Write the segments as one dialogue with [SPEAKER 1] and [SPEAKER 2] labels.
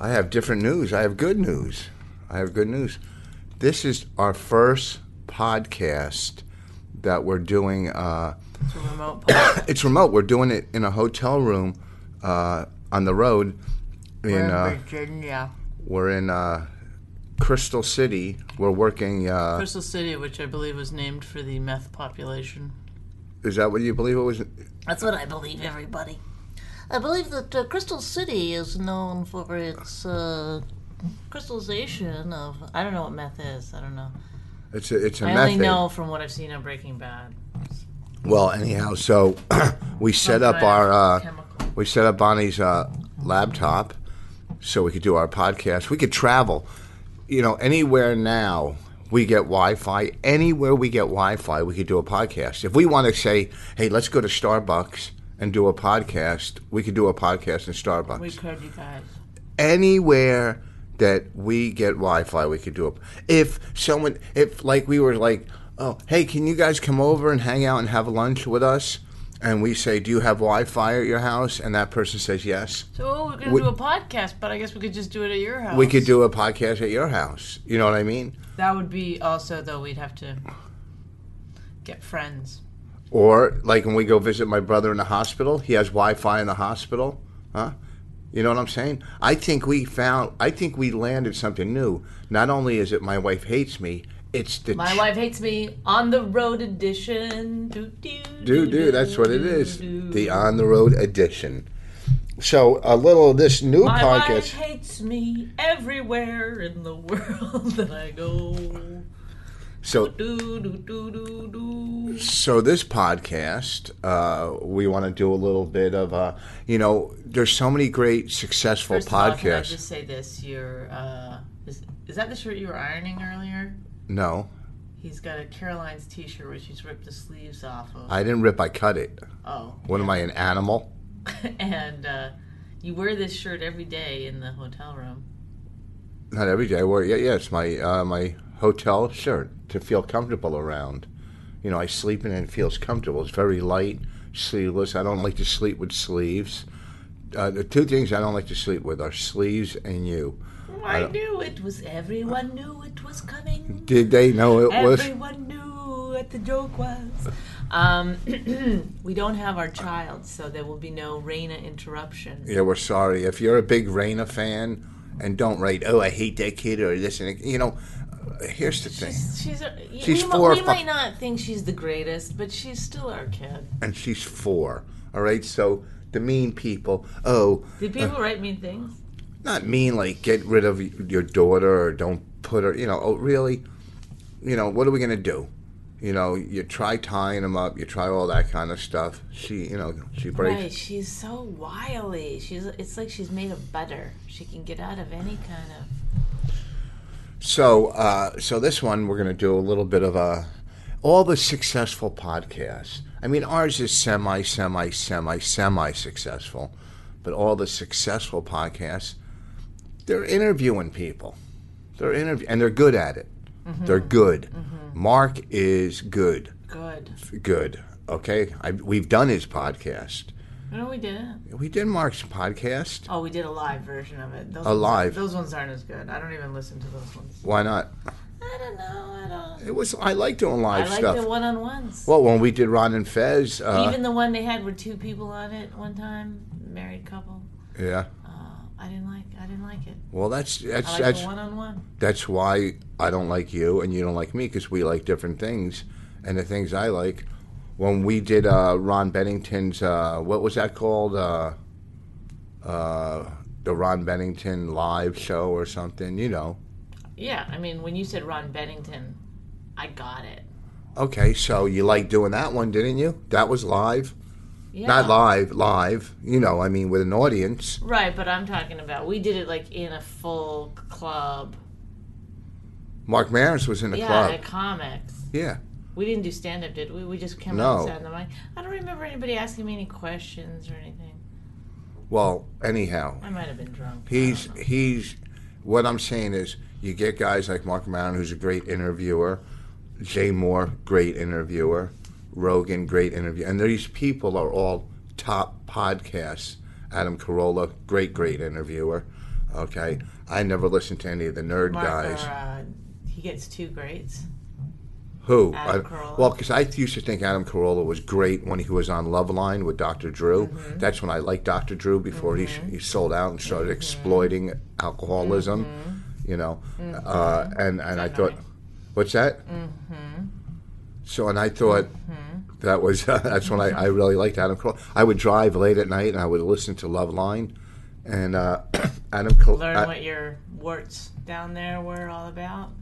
[SPEAKER 1] I have different news. I have good news. I have good news. This is our first podcast that we're doing. Uh, it's remote. We're doing it in a hotel room uh, on the road. In uh,
[SPEAKER 2] Virginia.
[SPEAKER 1] we're in uh, Crystal City. We're working. Uh,
[SPEAKER 2] Crystal City, which I believe was named for the meth population.
[SPEAKER 1] is that what you believe it was?
[SPEAKER 2] That's what I believe, everybody. I believe that uh, Crystal City is known for its uh, crystallization of. I don't know what meth is. I don't know.
[SPEAKER 1] It's a, it's a
[SPEAKER 2] I
[SPEAKER 1] method.
[SPEAKER 2] only know from what I've seen on Breaking Bad.
[SPEAKER 1] Well, anyhow, so we set up
[SPEAKER 2] kind of
[SPEAKER 1] our uh,
[SPEAKER 2] chemical.
[SPEAKER 1] we set up Bonnie's uh, laptop so we could do our podcast. We could travel, you know, anywhere now. We get Wi-Fi anywhere. We get Wi-Fi. We could do a podcast if we want to say, "Hey, let's go to Starbucks and do a podcast." We could do a podcast in Starbucks
[SPEAKER 2] We could, you guys.
[SPEAKER 1] anywhere that we get Wi-Fi, we could do it. If someone, if like we were like, oh, hey, can you guys come over and hang out and have lunch with us? And we say, do you have Wi-Fi at your house? And that person says yes.
[SPEAKER 2] So oh, we're gonna
[SPEAKER 1] We-
[SPEAKER 2] do a podcast, but I guess we could just do it at your house.
[SPEAKER 1] We could do a podcast at your house. You know what I mean?
[SPEAKER 2] That would be also though. We'd have to get friends.
[SPEAKER 1] Or like when we go visit my brother in the hospital, he has Wi-Fi in the hospital, huh? You know what I'm saying? I think we found. I think we landed something new. Not only is it my wife hates me, it's the
[SPEAKER 2] My
[SPEAKER 1] tr-
[SPEAKER 2] wife hates me on the road edition. Do, do,
[SPEAKER 1] do do that's what it is the on the road edition so a little of this new
[SPEAKER 2] My wife
[SPEAKER 1] podcast
[SPEAKER 2] hates me everywhere in the world that I go.
[SPEAKER 1] so
[SPEAKER 2] Do do do do do.
[SPEAKER 1] so this podcast uh, we want to do a little bit of uh, you know there's so many great successful
[SPEAKER 2] First of all, can I
[SPEAKER 1] podcasts
[SPEAKER 2] just say this? Your uh, is is that the shirt you were ironing earlier?
[SPEAKER 1] no
[SPEAKER 2] He's got a Caroline's T-shirt which he's ripped the sleeves off of.
[SPEAKER 1] i didn't rip i cut it
[SPEAKER 2] oh,
[SPEAKER 1] what am i an animal
[SPEAKER 2] and uh, you wear this shirt every day in the hotel room.
[SPEAKER 1] not every day i wear yeah yeah it's my uh, my hotel shirt to feel comfortable around you know i sleep in it and it feels comfortable it's very light sleeveless i don't like to sleep with sleeves uh, the two things I don't like to sleep with are sleeves and you.
[SPEAKER 2] I knew it was. Everyone knew it was coming.
[SPEAKER 1] Did they know it was?
[SPEAKER 2] Everyone knew what the joke was. Um, we don't have our child, so there will be no Reina interruption.
[SPEAKER 1] Yeah, we're sorry. If you're a big Raina fan and don't write, oh, I hate that kid or this and that," you know, uh, here's the thing.
[SPEAKER 2] She's, a, y-
[SPEAKER 1] She's
[SPEAKER 2] we,
[SPEAKER 1] four or
[SPEAKER 2] mi- we
[SPEAKER 1] fi-
[SPEAKER 2] might not think she's the greatest, but she's still our kid.
[SPEAKER 1] And she's four. All right, so the mean people, oh,
[SPEAKER 2] Did people write mean things?
[SPEAKER 1] not mean like get rid of y- your daughter or don't put her, you know, oh, really? You know, what are we going to do? You know, you try tying them up, you try all that kind of stuff. She, you know, she breaks.
[SPEAKER 2] Right, she's so wily. She's it's like she's made of butter. She can get out of any kind of.
[SPEAKER 1] So, uh, so this one we're going to do a little bit of a all the successful podcasts. I mean, ours is semi, semi, semi, semi successful, but all the successful podcasts, they're interviewing people. They're interview and they're good at it. They're good. Mark is good,
[SPEAKER 2] Good.
[SPEAKER 1] good. Okay, I, we've done his podcast.
[SPEAKER 2] No, we didn't.
[SPEAKER 1] We did Mark's podcast.
[SPEAKER 2] Oh, we did a live version of it. Those
[SPEAKER 1] A
[SPEAKER 2] ones-
[SPEAKER 1] live.
[SPEAKER 2] Those ones aren't as good. I don't even listen to those ones.
[SPEAKER 1] Why not?
[SPEAKER 2] I don't know. I don't.
[SPEAKER 1] It was. I like doing
[SPEAKER 2] I
[SPEAKER 1] live
[SPEAKER 2] like
[SPEAKER 1] stuff.
[SPEAKER 2] the one-on-ones.
[SPEAKER 1] well, when we did Ron and Fez, uh,
[SPEAKER 2] Even the one they had with two people on it one time, married couple.
[SPEAKER 1] yeah.
[SPEAKER 2] Uh, I didn't like. I didn't like it.
[SPEAKER 1] Well, that's that's
[SPEAKER 2] I like
[SPEAKER 1] that's
[SPEAKER 2] the one-on-one.
[SPEAKER 1] that's why I don't like you and you don't like me because we like different things, and the things I like, when we did uh, Ron Bennington's uh, what was that called? Uh, uh, the Ron Bennington live show or something, you know.
[SPEAKER 2] Yeah, I mean, when you said Ron Bennington, I got it.
[SPEAKER 1] Okay, so you liked doing that one, didn't you? That was live.
[SPEAKER 2] Yeah.
[SPEAKER 1] Not live, live. You know, I mean, with an audience.
[SPEAKER 2] Right, but I'm talking about we did it like in a full club.
[SPEAKER 1] Mark Maris was in the
[SPEAKER 2] yeah,
[SPEAKER 1] club.
[SPEAKER 2] at comics.
[SPEAKER 1] Yeah.
[SPEAKER 2] We didn't do stand up, did we? We just came
[SPEAKER 1] No.
[SPEAKER 2] outside the mic. I don't remember anybody asking me any questions or anything.
[SPEAKER 1] Well, anyhow,
[SPEAKER 2] I might have been drunk.
[SPEAKER 1] He's he's what I'm saying is you get guys like Mark Maron, who's a great interviewer, Jay Moore, great interviewer, Rogan, great interview, and these people are all top podcasts. Adam Carolla, great great interviewer. Okay, I never listened to any of the nerd
[SPEAKER 2] Mark,
[SPEAKER 1] guys.
[SPEAKER 2] or, uh, he gets two greats.
[SPEAKER 1] Who?
[SPEAKER 2] Adam
[SPEAKER 1] I-
[SPEAKER 2] Carolla.
[SPEAKER 1] Well, because I used to think Adam Carolla was great when he was on Love Line with Dr. Drew.
[SPEAKER 2] Mm-hmm.
[SPEAKER 1] That's when I liked Dr. Drew before he sh he, he sold out and started exploiting alcoholism.
[SPEAKER 2] Mm-hmm.
[SPEAKER 1] You know, uh, and and I thought, what's that? Mm-hmm. So and I thought
[SPEAKER 2] Mm-hmm.
[SPEAKER 1] that was that's when I, I really liked Adam Carolla. I would drive late at night and I would listen to Love Line, and uh, Adam Carolla.
[SPEAKER 2] Learn what your warts down there were all about.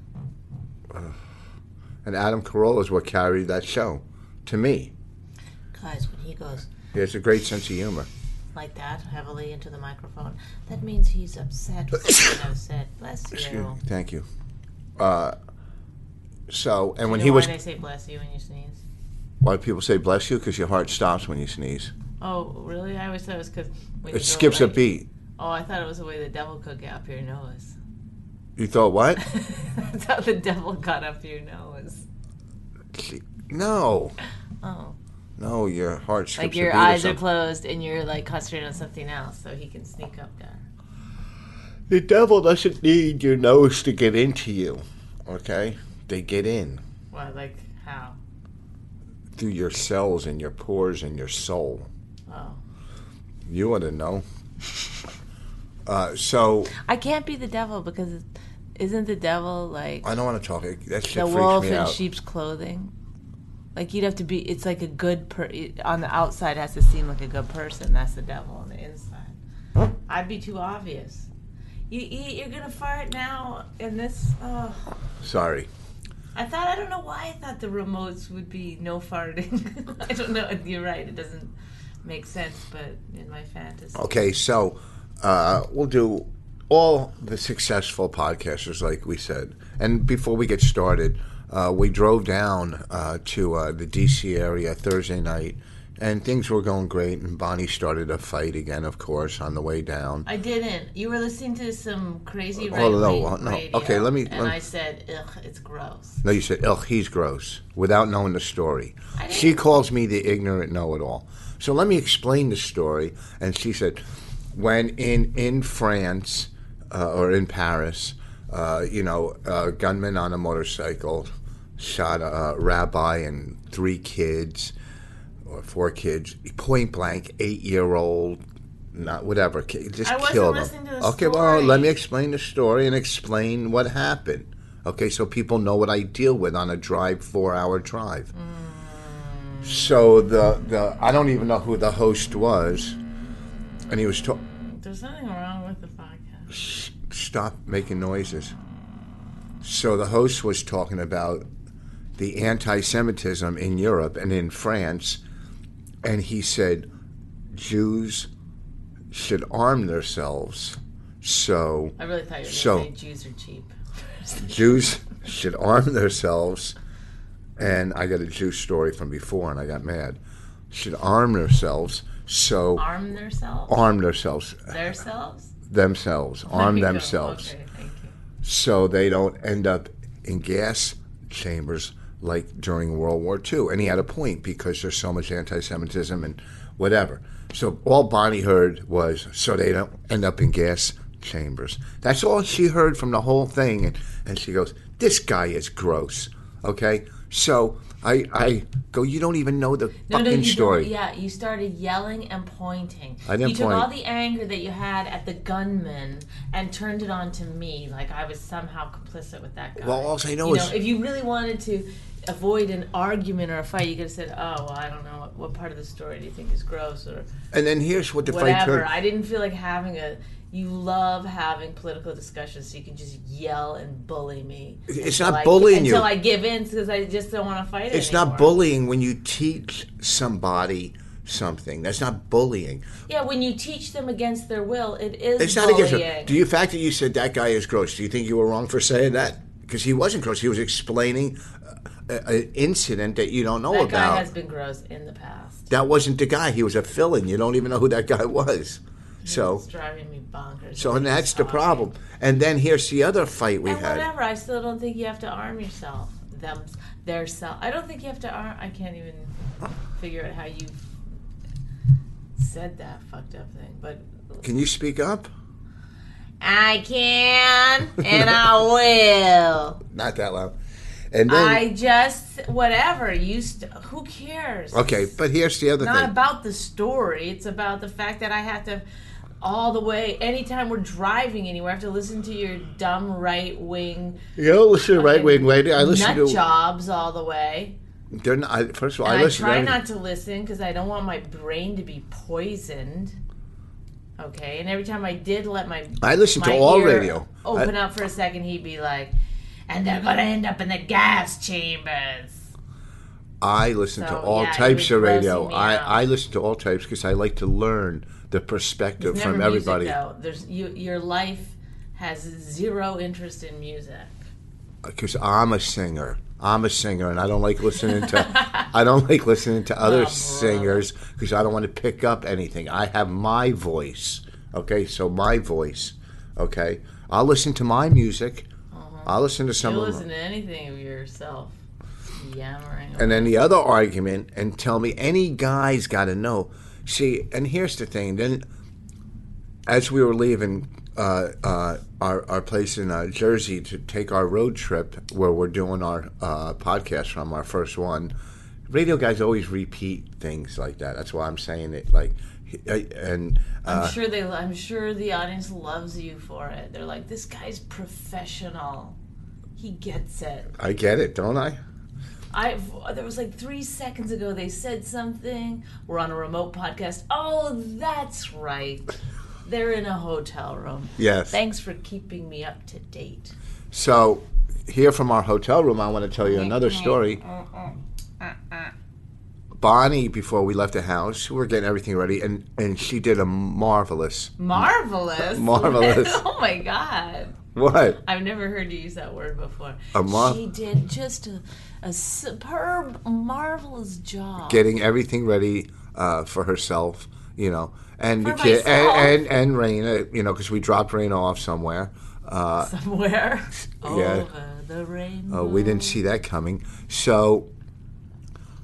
[SPEAKER 1] and Adam Carolla is what carried that show to me.
[SPEAKER 3] Guys, when he goes
[SPEAKER 1] He has a great sense of humor.
[SPEAKER 3] like that heavily into the microphone, that means he's upset. with something I've said. Bless
[SPEAKER 1] Excuse
[SPEAKER 3] you.
[SPEAKER 1] me. Thank you. Uh, so, and when
[SPEAKER 2] you know
[SPEAKER 1] he
[SPEAKER 2] why
[SPEAKER 1] was,
[SPEAKER 2] they say bless you when you sneeze.
[SPEAKER 1] why do people say bless you? Because your heart stops when you sneeze.
[SPEAKER 2] Oh, really? I always thought it was because
[SPEAKER 1] It skips a beat.
[SPEAKER 2] Oh, I thought it was the way the devil could get up your nose.
[SPEAKER 1] You thought what?
[SPEAKER 2] That's how the devil got up your nose.
[SPEAKER 1] no,
[SPEAKER 2] Oh,
[SPEAKER 1] no, your heart skips
[SPEAKER 2] like
[SPEAKER 1] a
[SPEAKER 2] your
[SPEAKER 1] beat. or
[SPEAKER 2] eyes are
[SPEAKER 1] something.
[SPEAKER 2] closed and you're like concentrating on something else, so he can sneak up there.
[SPEAKER 1] the devil doesn't need your nose to get into you. Okay, they get in
[SPEAKER 2] Well, like how?
[SPEAKER 1] through your cells and your pores and your soul.
[SPEAKER 2] Oh,
[SPEAKER 1] You ought to know. Uh, so
[SPEAKER 2] I can't be the devil because it- isn't the devil like
[SPEAKER 1] I don't want to talk. That shit
[SPEAKER 2] the
[SPEAKER 1] freaks
[SPEAKER 2] wolf
[SPEAKER 1] me
[SPEAKER 2] in
[SPEAKER 1] out.
[SPEAKER 2] sheep's clothing? Like you'd have to be. It's like a good per. it- On the outside, has to seem like a good person. That's the devil on the inside. I'd be too obvious. You eat. You're gonna fart now. And this. Oh.
[SPEAKER 1] Sorry.
[SPEAKER 2] I thought I don't know why I thought the remotes would be no farting. I don't know. You're right. It doesn't make sense, but in my fantasy,
[SPEAKER 1] Okay, so uh, we'll do all the successful podcasters, like we said. And before we get started, uh, we drove down uh, to uh, the DC area Thursday night, and things were going great. And Bonnie started a fight again, of course, on the way down.
[SPEAKER 2] I didn't. You were listening to some crazy right
[SPEAKER 1] Hold on,
[SPEAKER 2] wing
[SPEAKER 1] hold on, no.
[SPEAKER 2] radio,
[SPEAKER 1] Okay, let me-
[SPEAKER 2] And
[SPEAKER 1] let me-
[SPEAKER 2] I said, "Ugh, it's gross."
[SPEAKER 1] No, you said, "Ugh, he's gross," without knowing the story.
[SPEAKER 2] I didn't-
[SPEAKER 1] She calls me the ignorant know-it-all. So let me explain the story. And she said, when in in France uh, or in Paris, uh, you know, a gunman on a motorcycle shot a, a rabbi and three kids or four kids, point blank, eight-year-old. Not whatever, ki- just
[SPEAKER 2] I wasn't
[SPEAKER 1] killed
[SPEAKER 2] listening
[SPEAKER 1] them.
[SPEAKER 2] to the
[SPEAKER 1] okay, well, uh,
[SPEAKER 2] story.
[SPEAKER 1] let me explain the story and explain what happened. Okay, so people know what I deal with on a drive, four hour drive.
[SPEAKER 2] Mm.
[SPEAKER 1] So the the I don't even know who the host was, and he was ta-
[SPEAKER 2] There's nothing wrong with the podcast.
[SPEAKER 1] stop making noises. So the host was talking about the anti-Semitism in Europe and in France, and he said Jews should arm themselves. So
[SPEAKER 2] I really thought you were going to
[SPEAKER 1] So-
[SPEAKER 2] say Jews are cheap.
[SPEAKER 1] Jews should arm themselves, and I got a Jew story from before, and I got mad. Should arm themselves, so
[SPEAKER 2] Arm themselves.
[SPEAKER 1] arm themselves,
[SPEAKER 2] Themselves.
[SPEAKER 1] themselves, Oh. arm
[SPEAKER 2] There you go.
[SPEAKER 1] themselves,
[SPEAKER 2] Okay, thank you.
[SPEAKER 1] so they don't end up in gas chambers like during World War II. And he had a point because there's so much anti-Semitism and whatever. So all Bonnie heard was, so they don't end up in gas chambers. That's all she heard from the whole thing. And, and she goes, this guy is gross. Okay, so I I go, you don't even know the fucking
[SPEAKER 2] you
[SPEAKER 1] story.
[SPEAKER 2] don't- Yeah, you started yelling and pointing.
[SPEAKER 1] I didn't
[SPEAKER 2] You took
[SPEAKER 1] point.
[SPEAKER 2] all the anger that you had at the gunman and turned it on to me, like I was somehow complicit with that guy.
[SPEAKER 1] Well, all I know
[SPEAKER 2] you
[SPEAKER 1] is-
[SPEAKER 2] know, if you really wanted to, avoid an argument or a fight, you could have said, "Oh, well, I don't know what, what part of the story do you think is gross or
[SPEAKER 1] And then here's what the fight
[SPEAKER 2] whatever."
[SPEAKER 1] turned.
[SPEAKER 2] I didn't feel like having a. You love having political discussions, so you can just yell and bully me.
[SPEAKER 1] It's
[SPEAKER 2] until
[SPEAKER 1] not
[SPEAKER 2] I-
[SPEAKER 1] bullying you.
[SPEAKER 2] until I give in because I just don't want to fight it.
[SPEAKER 1] It's not
[SPEAKER 2] anymore.
[SPEAKER 1] bullying when you teach somebody something. That's not bullying.
[SPEAKER 2] Yeah, when you teach them against their will, it is.
[SPEAKER 1] It's not
[SPEAKER 2] bullying.
[SPEAKER 1] against her. Do you fact that you said that guy is gross? Do you think you were wrong for saying that? Because he wasn't gross. He was explaining uh, a- an incident that you don't know
[SPEAKER 2] that
[SPEAKER 1] about.
[SPEAKER 2] guy has been gross in the past.
[SPEAKER 1] that wasn't the guy. He was a fill-in. You don't even know who that guy was. So,
[SPEAKER 2] It's driving me bonkers.
[SPEAKER 1] so and that's the problem. And then here's the other fight we
[SPEAKER 2] And
[SPEAKER 1] had.
[SPEAKER 2] whatever, I still don't think you have to arm yourself. Them, their self. I don't think you have to arm. I can't even figure out how you said that fucked up thing. But
[SPEAKER 1] Can you speak up?
[SPEAKER 2] I can and I will.
[SPEAKER 1] Not that loud. And then
[SPEAKER 2] I just whatever you. St- who cares?
[SPEAKER 1] okay, but here's the other
[SPEAKER 2] not
[SPEAKER 1] thing.
[SPEAKER 2] about the story. It's about the fact that I have to all the way anytime we're driving anywhere, I have to listen to your dumb right wing
[SPEAKER 1] you don't listen to right wing lady. I listen
[SPEAKER 2] nut
[SPEAKER 1] to.
[SPEAKER 2] jobs all the way.
[SPEAKER 1] They're not, I, first of all,
[SPEAKER 2] And
[SPEAKER 1] I
[SPEAKER 2] I,
[SPEAKER 1] listen
[SPEAKER 2] try
[SPEAKER 1] to. everything.
[SPEAKER 2] not to listen because I don't want my brain to be poisoned. Okay, and every time I did let my
[SPEAKER 1] I listen to
[SPEAKER 2] my
[SPEAKER 1] all
[SPEAKER 2] ear
[SPEAKER 1] radio. I-
[SPEAKER 2] open up for a second, he'd be like, "And they're gonna end up in the gas chambers."
[SPEAKER 1] I listen to
[SPEAKER 2] So,
[SPEAKER 1] all
[SPEAKER 2] yeah, it
[SPEAKER 1] types
[SPEAKER 2] was
[SPEAKER 1] of radio.
[SPEAKER 2] grossing me
[SPEAKER 1] I,
[SPEAKER 2] out.
[SPEAKER 1] I listen to all types because I like to learn the perspective
[SPEAKER 2] It's
[SPEAKER 1] from
[SPEAKER 2] never
[SPEAKER 1] everybody.
[SPEAKER 2] Music, though. There's you, your life has zero interest in music.
[SPEAKER 1] Because I'm a singer. I'm a singer, and I don't like listening to I don't like listening to
[SPEAKER 2] Oh,
[SPEAKER 1] other singers because I don't want to pick up anything. I have my voice. Okay, so my voice. Okay, I'll listen to my music. I'll listen to some
[SPEAKER 2] You
[SPEAKER 1] of
[SPEAKER 2] Uh-huh. listen
[SPEAKER 1] them.
[SPEAKER 2] to anything of yourself yammering.
[SPEAKER 1] And uh, then the other argument, and tell me any guy's got to know. See, and here's the thing. Then, as we were leaving uh, uh, our our place in uh, Jersey to take our road trip, where we're doing our uh, podcast from our first one, radio guys always repeat things like that. That's why I'm saying it. Like, I- and
[SPEAKER 2] I'm
[SPEAKER 1] uh,
[SPEAKER 2] sure they. I'm sure the audience loves you for it. They're like, this guy's professional. He gets it.
[SPEAKER 1] I get it, don't I?
[SPEAKER 2] I there was like three seconds ago they said something. We're on a remote podcast. Oh, that's right. They're in a hotel room.
[SPEAKER 1] Yes.
[SPEAKER 2] Thanks for keeping me up to date.
[SPEAKER 1] So, here from our hotel room, I want to tell you another story. Bonnie, before we left the house, we were getting everything ready, and, and she did a marvelous.
[SPEAKER 2] Marvelous.
[SPEAKER 1] Marvelous.
[SPEAKER 2] oh my god.
[SPEAKER 1] What?
[SPEAKER 2] I've never heard you use that word before.
[SPEAKER 1] A mar-
[SPEAKER 2] she did just a, a superb, marvelous job.
[SPEAKER 1] Getting everything ready uh, for herself, you know, and the
[SPEAKER 2] For
[SPEAKER 1] kid,
[SPEAKER 2] myself.
[SPEAKER 1] and, and, and Raina, you know, because we dropped Raina off somewhere. Uh,
[SPEAKER 2] Somewhere
[SPEAKER 1] Yeah.
[SPEAKER 2] over the rainbow.
[SPEAKER 1] uh, we didn't see that coming. So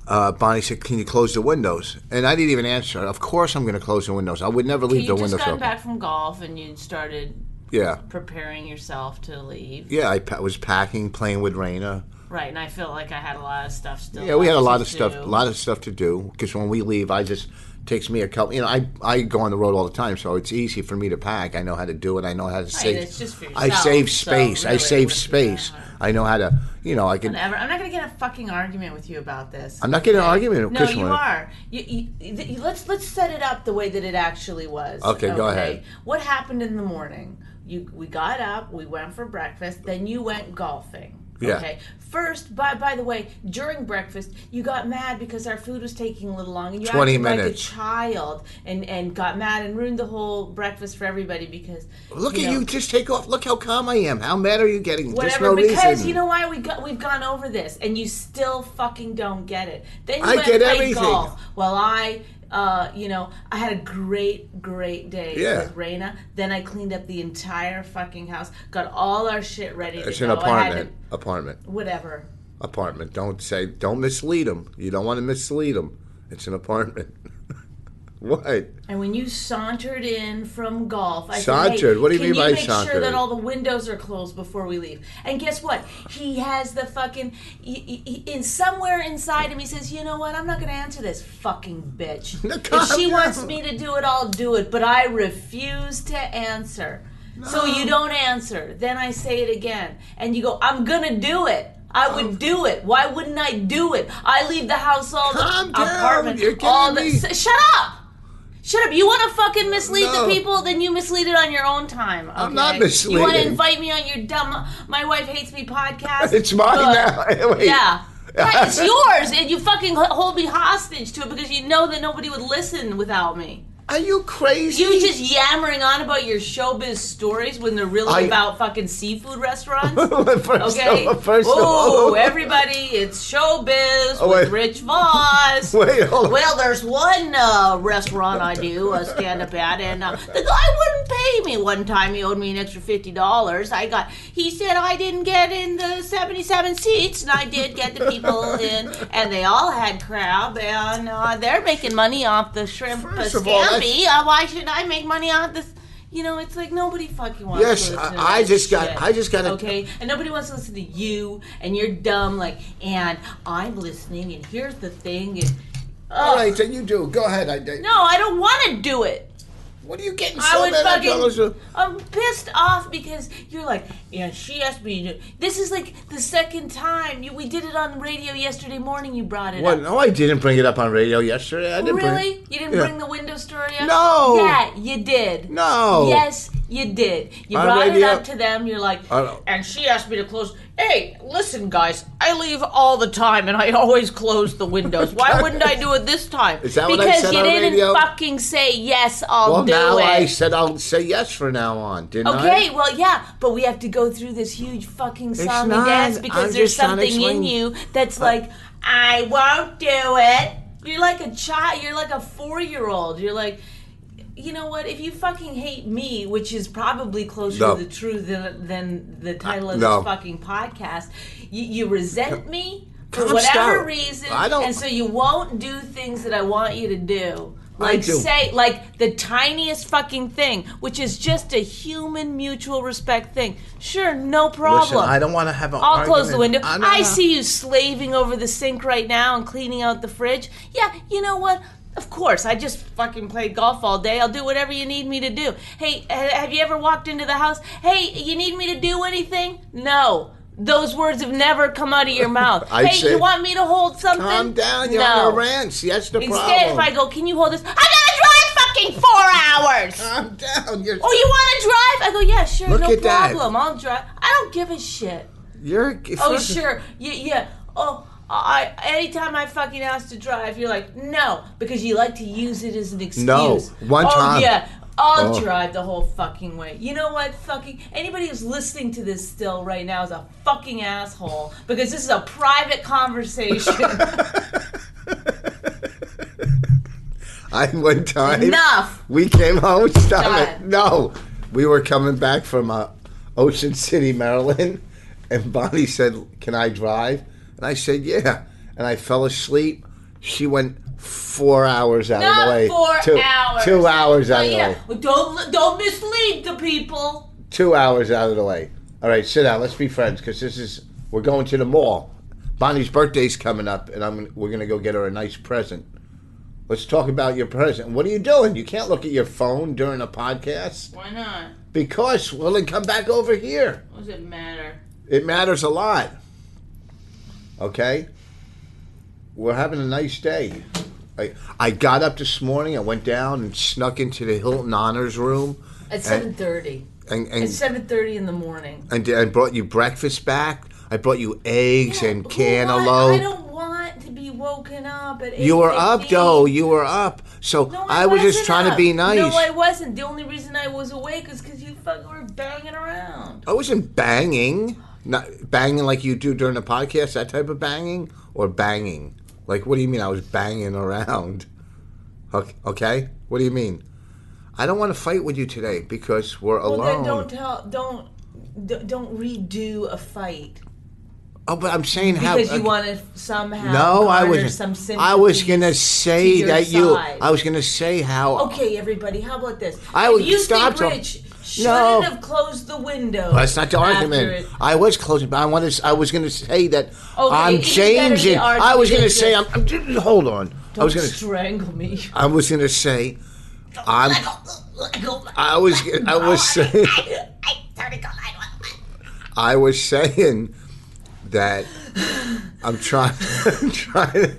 [SPEAKER 1] uh, Bonnie said, Can you close the windows? And I didn't even answer. Of course I'm going to close the windows. I would never leave
[SPEAKER 2] you
[SPEAKER 1] the
[SPEAKER 2] just
[SPEAKER 1] windows
[SPEAKER 2] gotten
[SPEAKER 1] open.
[SPEAKER 2] back from golf and you started
[SPEAKER 1] Yeah.
[SPEAKER 2] preparing yourself to leave.
[SPEAKER 1] Yeah, I pa- was packing, playing with Raina.
[SPEAKER 2] Right, and I feel like I had a lot of stuff still.
[SPEAKER 1] Yeah, we had a
[SPEAKER 2] left
[SPEAKER 1] lot
[SPEAKER 2] to
[SPEAKER 1] of stuff,
[SPEAKER 2] do.
[SPEAKER 1] a lot of stuff to do. Because when we leave, I just takes me a couple. You know, I I go on the road all the time, so it's easy for me to pack. I know how to do it. I know how to
[SPEAKER 2] Right,
[SPEAKER 1] save.
[SPEAKER 2] Oh, it's just for
[SPEAKER 1] I
[SPEAKER 2] yourself,
[SPEAKER 1] save
[SPEAKER 2] so
[SPEAKER 1] space. I
[SPEAKER 2] really it
[SPEAKER 1] save
[SPEAKER 2] wouldn't
[SPEAKER 1] space.
[SPEAKER 2] matter.
[SPEAKER 1] I know how to. You know, I can.
[SPEAKER 2] Whatever. I'm not going to get a fucking argument with you about this.
[SPEAKER 1] I'm not getting an argument with
[SPEAKER 2] no,
[SPEAKER 1] Chris.
[SPEAKER 2] you
[SPEAKER 1] on it.
[SPEAKER 2] are. You, you, th- you- let's let's set it up the way that it actually was.
[SPEAKER 1] Okay, go ahead.
[SPEAKER 2] What happened in the morning? You we got up, we went for breakfast, then you went golfing.
[SPEAKER 1] Yeah.
[SPEAKER 2] Okay. First, by by the way, during breakfast, you got mad because our food was taking a little long, and you
[SPEAKER 1] 20
[SPEAKER 2] acted
[SPEAKER 1] minutes.
[SPEAKER 2] like a child, and and got mad and ruined the whole breakfast for everybody because
[SPEAKER 1] Look at
[SPEAKER 2] know,
[SPEAKER 1] you. Just take off. Look how calm I am. How mad are you getting? There's
[SPEAKER 2] whatever
[SPEAKER 1] no
[SPEAKER 2] because
[SPEAKER 1] reason.
[SPEAKER 2] you know why we got we've gone over this and you still fucking don't get it. Then you
[SPEAKER 1] I
[SPEAKER 2] went
[SPEAKER 1] get
[SPEAKER 2] and played
[SPEAKER 1] everything.
[SPEAKER 2] golf. Well, I uh, you know, I had a great great day
[SPEAKER 1] Yeah.
[SPEAKER 2] with Raina. Then I cleaned up the entire fucking house, got all our shit ready
[SPEAKER 1] it's
[SPEAKER 2] to
[SPEAKER 1] an
[SPEAKER 2] go. I had
[SPEAKER 1] apartment. Apartment.
[SPEAKER 2] to, whatever.
[SPEAKER 1] Apartment. Don't say. Don't mislead them. You don't want to mislead them. It's an apartment. what?
[SPEAKER 2] And when you sauntered in from golf, I Said,
[SPEAKER 1] Sauntered?
[SPEAKER 2] hey,
[SPEAKER 1] What do you
[SPEAKER 2] can
[SPEAKER 1] mean by
[SPEAKER 2] you make sure
[SPEAKER 1] sauntered?
[SPEAKER 2] that all the windows are closed before we leave? And guess what? He has the fucking he, he, he- in somewhere inside him. He says, "You know what? I'm not going to answer this fucking bitch.
[SPEAKER 1] No,
[SPEAKER 2] if she
[SPEAKER 1] calm
[SPEAKER 2] wants
[SPEAKER 1] down.
[SPEAKER 2] me to do it, I'll do it. But I refuse to answer. So you don't answer. Then I say it again, and you go, "I'm going to do it." I
[SPEAKER 1] Um,
[SPEAKER 2] would do it. Why wouldn't I do it? I leave the house all the
[SPEAKER 1] Calm down,
[SPEAKER 2] apartment
[SPEAKER 1] you're kidding
[SPEAKER 2] all the
[SPEAKER 1] me.
[SPEAKER 2] s- shut up. Shut up. You want to fucking mislead
[SPEAKER 1] No.
[SPEAKER 2] the people, then you mislead it on your own time. okay?
[SPEAKER 1] not
[SPEAKER 2] You want to
[SPEAKER 1] misleading.
[SPEAKER 2] invite me on your dumb My Wife Hates Me podcast?
[SPEAKER 1] It's mine
[SPEAKER 2] Look,
[SPEAKER 1] now. Wait.
[SPEAKER 2] Yeah. That is yours, and you fucking h- hold me hostage to it because you know that nobody would listen without me.
[SPEAKER 1] Are you crazy?
[SPEAKER 2] You just yammering on about your showbiz stories when they're really
[SPEAKER 1] I-
[SPEAKER 2] about fucking seafood restaurants.
[SPEAKER 1] first
[SPEAKER 2] Okay.
[SPEAKER 1] Of, first of
[SPEAKER 2] Ooh,
[SPEAKER 1] all,
[SPEAKER 2] everybody, it's showbiz
[SPEAKER 1] Oh,
[SPEAKER 2] with
[SPEAKER 1] wait.
[SPEAKER 2] Rich Voss.
[SPEAKER 1] Wait, hold on.
[SPEAKER 2] Well, there's one uh, restaurant I do uh, stand up at, and uh, the guy wouldn't pay me one time. He owed me an extra fifty dollars. I got. He said I didn't get in the seventy-seven seats, and I did get the people in, and they all had crab, and uh, they're making money off the shrimp uh,
[SPEAKER 1] First of all, that's-
[SPEAKER 2] scampi. Uh, why should I make money off this? You know, it's like nobody fucking wants
[SPEAKER 1] Yes,
[SPEAKER 2] to listen to
[SPEAKER 1] I- I
[SPEAKER 2] that
[SPEAKER 1] just got-
[SPEAKER 2] shit.
[SPEAKER 1] I just gotta-
[SPEAKER 2] Okay, and nobody wants to listen to you, and you're dumb. Like, and I'm listening, and here's the thing, and.
[SPEAKER 1] all
[SPEAKER 2] Ugh.
[SPEAKER 1] right, then you do. Go ahead. I, I,
[SPEAKER 2] No, I don't want to do it.
[SPEAKER 1] What are you getting
[SPEAKER 2] I
[SPEAKER 1] so
[SPEAKER 2] would
[SPEAKER 1] mad at dollars?
[SPEAKER 2] fucking. I'm pissed off because you're like, yeah, she asked me to. do-" This is like the second time you, we did it on radio yesterday morning. You brought it
[SPEAKER 1] What?
[SPEAKER 2] up.
[SPEAKER 1] No, I didn't bring it up on radio yesterday. I didn't
[SPEAKER 2] Really?
[SPEAKER 1] Bring it.
[SPEAKER 2] You didn't
[SPEAKER 1] Yeah.
[SPEAKER 2] bring the window story up?
[SPEAKER 1] No.
[SPEAKER 2] Yeah, you did.
[SPEAKER 1] No.
[SPEAKER 2] Yes, you did. You
[SPEAKER 1] On
[SPEAKER 2] brought
[SPEAKER 1] radio-
[SPEAKER 2] it up to them. You're like,
[SPEAKER 1] I don't-
[SPEAKER 2] and she asked me to close. Hey, listen, guys, I leave all the time, and I always close the windows. Why wouldn't I do it this time?
[SPEAKER 1] Is that what I
[SPEAKER 2] because
[SPEAKER 1] said
[SPEAKER 2] you
[SPEAKER 1] on
[SPEAKER 2] didn't
[SPEAKER 1] radio?
[SPEAKER 2] fucking say yes. I'll
[SPEAKER 1] Well,
[SPEAKER 2] do
[SPEAKER 1] now
[SPEAKER 2] it.
[SPEAKER 1] I said I'll say yes from now on, didn't I?
[SPEAKER 2] Okay, well, yeah, but we have to go through this huge fucking song
[SPEAKER 1] not.
[SPEAKER 2] and dance
[SPEAKER 1] I'm
[SPEAKER 2] because there's
[SPEAKER 1] just trying to
[SPEAKER 2] something
[SPEAKER 1] explain-
[SPEAKER 2] in you that's like, I won't do it. You're like a child. You're like a four year old. You're like, you know what? If you fucking hate me, which is probably closer
[SPEAKER 1] No.
[SPEAKER 2] to the truth than, than the title of
[SPEAKER 1] no.
[SPEAKER 2] this fucking podcast, you, you resent me for
[SPEAKER 1] I'm
[SPEAKER 2] whatever
[SPEAKER 1] sorry.
[SPEAKER 2] reason,
[SPEAKER 1] I don't-
[SPEAKER 2] and so you won't do things that I want you to do. Like
[SPEAKER 1] do.
[SPEAKER 2] say like the tiniest fucking thing, which is just a human mutual respect thing. Sure, no problem.
[SPEAKER 1] Listen, I don't want to have an
[SPEAKER 2] I'll close the window.
[SPEAKER 1] argument. don't
[SPEAKER 2] I
[SPEAKER 1] know.
[SPEAKER 2] see you slaving over the sink right now and cleaning out the fridge. Yeah, you know what? Of course, I just fucking played golf all day. I'll do whatever you need me to do. Hey, ha- have you ever walked into the house? Hey, you need me to do anything? No. Those words have never come out of your mouth.
[SPEAKER 1] I
[SPEAKER 2] hey,
[SPEAKER 1] said-
[SPEAKER 2] you want me to hold something?
[SPEAKER 1] Calm down. You're
[SPEAKER 2] no.
[SPEAKER 1] on a rant. See, that's the
[SPEAKER 2] Instead, if
[SPEAKER 1] problem.
[SPEAKER 2] I go, can you hold this? I'm gonna drive fucking four hours.
[SPEAKER 1] Calm down. You're,
[SPEAKER 2] Oh, you want to drive? I go, yeah, sure,
[SPEAKER 1] Uh. Look
[SPEAKER 2] no
[SPEAKER 1] at that.
[SPEAKER 2] problem. I'll drive. I don't give a shit.
[SPEAKER 1] you're
[SPEAKER 2] Oh, sure, yeah, yeah. Oh, I anytime I fucking ask to drive, you're like, no, because you like to use it as an excuse.
[SPEAKER 1] No, one
[SPEAKER 2] oh,
[SPEAKER 1] time.
[SPEAKER 2] yeah. I'll
[SPEAKER 1] Oh.
[SPEAKER 2] drive the whole fucking way. You know what? Fucking anybody who's listening to this still right now is a fucking asshole because this is a private conversation.
[SPEAKER 1] I one time.
[SPEAKER 2] Enough.
[SPEAKER 1] We came home. Stop it.
[SPEAKER 2] Done.
[SPEAKER 1] No, we were coming back from uh, Ocean City, Maryland, and Bonnie said, "Can I drive?" And I said, "Yeah." And I fell asleep. She went four hours out of
[SPEAKER 2] Not
[SPEAKER 1] the way.
[SPEAKER 2] four
[SPEAKER 1] two,
[SPEAKER 2] hours.
[SPEAKER 1] Two hours out
[SPEAKER 2] But
[SPEAKER 1] of the
[SPEAKER 2] yeah,
[SPEAKER 1] way.
[SPEAKER 2] well, don't don't mislead the people.
[SPEAKER 1] Two hours out of the way. All right, sit down. Let's be friends because this is we're going to the mall. Bonnie's birthday's coming up, and I'm we're gonna go get her a nice present. Let's talk about your present. What are you doing? You can't look at your phone during a podcast.
[SPEAKER 2] Why not?
[SPEAKER 1] Because, well, then come back over here.
[SPEAKER 2] What does it matter?
[SPEAKER 1] It matters a lot. Okay? We're having a nice day. I, I got up this morning, I went down and snuck into the Hilton Honors room
[SPEAKER 2] At seven thirty.
[SPEAKER 1] and,
[SPEAKER 2] It's
[SPEAKER 1] and,
[SPEAKER 2] seven thirty in the morning.
[SPEAKER 1] and, and brought you breakfast back. I brought you eggs
[SPEAKER 2] Yeah,
[SPEAKER 1] and
[SPEAKER 2] but who want- I
[SPEAKER 1] cantaloupe.
[SPEAKER 2] don't want to be woken up at.
[SPEAKER 1] You were up,
[SPEAKER 2] 8:15.
[SPEAKER 1] though. You were up. So
[SPEAKER 2] No,
[SPEAKER 1] I, was just
[SPEAKER 2] wasn't
[SPEAKER 1] trying to
[SPEAKER 2] up.
[SPEAKER 1] be nice.
[SPEAKER 2] No, I wasn't. The only reason I was awake is because you fucking were banging around.
[SPEAKER 1] I wasn't banging, not banging like you do during the podcast, that type of banging, or banging. Like, what do you mean? I was banging around. Ok- Okay, what do you mean? I don't want to fight with you today because we're
[SPEAKER 2] Well,
[SPEAKER 1] alone.
[SPEAKER 2] then don't tell. Don't d- don't redo a fight
[SPEAKER 1] oh, but I'm saying how.
[SPEAKER 2] because you
[SPEAKER 1] uh,
[SPEAKER 2] want to somehow
[SPEAKER 1] no, I
[SPEAKER 2] garner
[SPEAKER 1] was.
[SPEAKER 2] some sympathy.
[SPEAKER 1] I was gonna
[SPEAKER 2] to
[SPEAKER 1] say
[SPEAKER 2] your
[SPEAKER 1] that you.
[SPEAKER 2] side.
[SPEAKER 1] I was gonna say how.
[SPEAKER 2] Okay, everybody, how about this?
[SPEAKER 1] I
[SPEAKER 2] If
[SPEAKER 1] would-
[SPEAKER 2] you
[SPEAKER 1] stop
[SPEAKER 2] think
[SPEAKER 1] talking.
[SPEAKER 2] Rich
[SPEAKER 1] No.
[SPEAKER 2] shouldn't have closed the window.
[SPEAKER 1] That's not the
[SPEAKER 2] after
[SPEAKER 1] argument.
[SPEAKER 2] it-
[SPEAKER 1] I was closing, but I wanted. I was going to say that I'm
[SPEAKER 2] you better be
[SPEAKER 1] changing. I was going to
[SPEAKER 2] arguing
[SPEAKER 1] say I'm,
[SPEAKER 2] this.
[SPEAKER 1] I'm. Hold on. I was
[SPEAKER 2] Don't
[SPEAKER 1] going to.
[SPEAKER 2] strangle me.
[SPEAKER 1] I was gonna say, I'm. I was. I was saying. I was saying that I'm trying, I'm trying, to-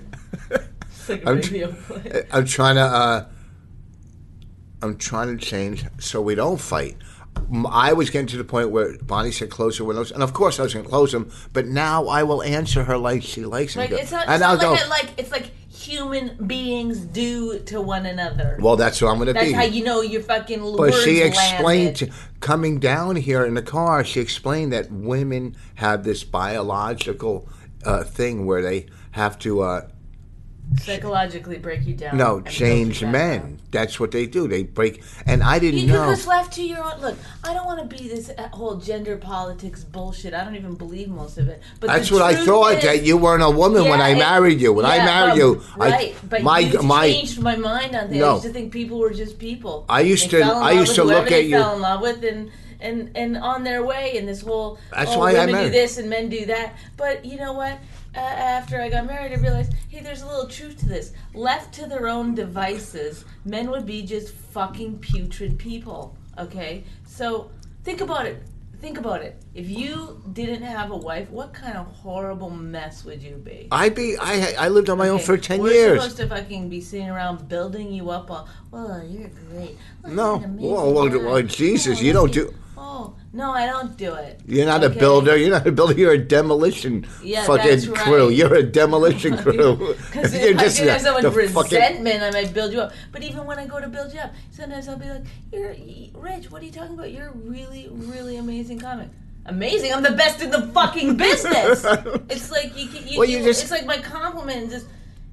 [SPEAKER 2] It's like a
[SPEAKER 1] I'm tr-
[SPEAKER 2] radio play.
[SPEAKER 1] I'm trying to, uh, I'm trying to change so we don't fight. M- I was getting to the point where Bonnie said close her windows, and of course I was going to close them. But now I will answer her like she likes me.
[SPEAKER 2] Like
[SPEAKER 1] to.
[SPEAKER 2] it's not,
[SPEAKER 1] and
[SPEAKER 2] it's
[SPEAKER 1] I'll
[SPEAKER 2] not
[SPEAKER 1] go.
[SPEAKER 2] like, that, like it's like human beings do to one another.
[SPEAKER 1] well, that's what I'm going to
[SPEAKER 2] That's
[SPEAKER 1] be.
[SPEAKER 2] how you know your fucking
[SPEAKER 1] But
[SPEAKER 2] words
[SPEAKER 1] she explained
[SPEAKER 2] landed.
[SPEAKER 1] to, coming down here in the car. She explained that women have this biological uh, thing where they have to uh,
[SPEAKER 2] psychologically break you down.
[SPEAKER 1] no
[SPEAKER 2] and build
[SPEAKER 1] change
[SPEAKER 2] you back
[SPEAKER 1] men.
[SPEAKER 2] up.
[SPEAKER 1] That's what they do. They break. And I didn't
[SPEAKER 2] You
[SPEAKER 1] know.
[SPEAKER 2] could just left to your own. Look, I don't want to be this uh, whole gender politics bullshit. I don't even believe most of it. But
[SPEAKER 1] That's
[SPEAKER 2] the
[SPEAKER 1] what I
[SPEAKER 2] truth
[SPEAKER 1] thought
[SPEAKER 2] is-
[SPEAKER 1] that you weren't a woman when
[SPEAKER 2] Yeah,
[SPEAKER 1] I
[SPEAKER 2] it-
[SPEAKER 1] married you. When I
[SPEAKER 2] yeah,
[SPEAKER 1] married
[SPEAKER 2] but-
[SPEAKER 1] you, I
[SPEAKER 2] right? But
[SPEAKER 1] my
[SPEAKER 2] you
[SPEAKER 1] my
[SPEAKER 2] changed my mind on things.
[SPEAKER 1] No.
[SPEAKER 2] I used to think people were just people.
[SPEAKER 1] I used
[SPEAKER 2] They
[SPEAKER 1] to-
[SPEAKER 2] fell in
[SPEAKER 1] I
[SPEAKER 2] love
[SPEAKER 1] used
[SPEAKER 2] with
[SPEAKER 1] to look
[SPEAKER 2] whoever
[SPEAKER 1] at
[SPEAKER 2] they
[SPEAKER 1] you-
[SPEAKER 2] Fell in love with and. And, and on their way, and this whole
[SPEAKER 1] That's
[SPEAKER 2] oh,
[SPEAKER 1] why I
[SPEAKER 2] women do
[SPEAKER 1] married.
[SPEAKER 2] this and men do that. But you know what? Uh, after I got married, I realized hey, there's a little truth to this. Left to their own devices, men would be just fucking putrid people. Okay, so think about it. Think about it. If you didn't have a wife, what kind of horrible mess would you be?
[SPEAKER 1] I be I I lived on my own
[SPEAKER 2] Okay,
[SPEAKER 1] for 10
[SPEAKER 2] we're
[SPEAKER 1] years.
[SPEAKER 2] supposed to fucking be sitting around building you up. All, well, you're great. Well,
[SPEAKER 1] No.
[SPEAKER 2] you're an amazing
[SPEAKER 1] Well, well,
[SPEAKER 2] guy.
[SPEAKER 1] well, Jesus,
[SPEAKER 2] Oh,
[SPEAKER 1] you don't
[SPEAKER 2] look at-
[SPEAKER 1] do-
[SPEAKER 2] Oh no, I don't do it.
[SPEAKER 1] You're not a
[SPEAKER 2] Okay.
[SPEAKER 1] builder. You're not a builder. You're a demolition
[SPEAKER 2] Yeah, that's
[SPEAKER 1] fucking
[SPEAKER 2] right.
[SPEAKER 1] crew. You're a demolition crew.
[SPEAKER 2] Because
[SPEAKER 1] You're
[SPEAKER 2] if I do have
[SPEAKER 1] the-
[SPEAKER 2] so much
[SPEAKER 1] the fucking-
[SPEAKER 2] resentment, I might build you up. But even when I go to build you up, sometimes I'll be like, "You're y- Rich. What are you talking about? You're a really, really amazing comic. Amazing. I'm the best in the fucking business. it's like you, can, you,
[SPEAKER 1] Well, you
[SPEAKER 2] you,
[SPEAKER 1] just-
[SPEAKER 2] It's like my compliment. and Just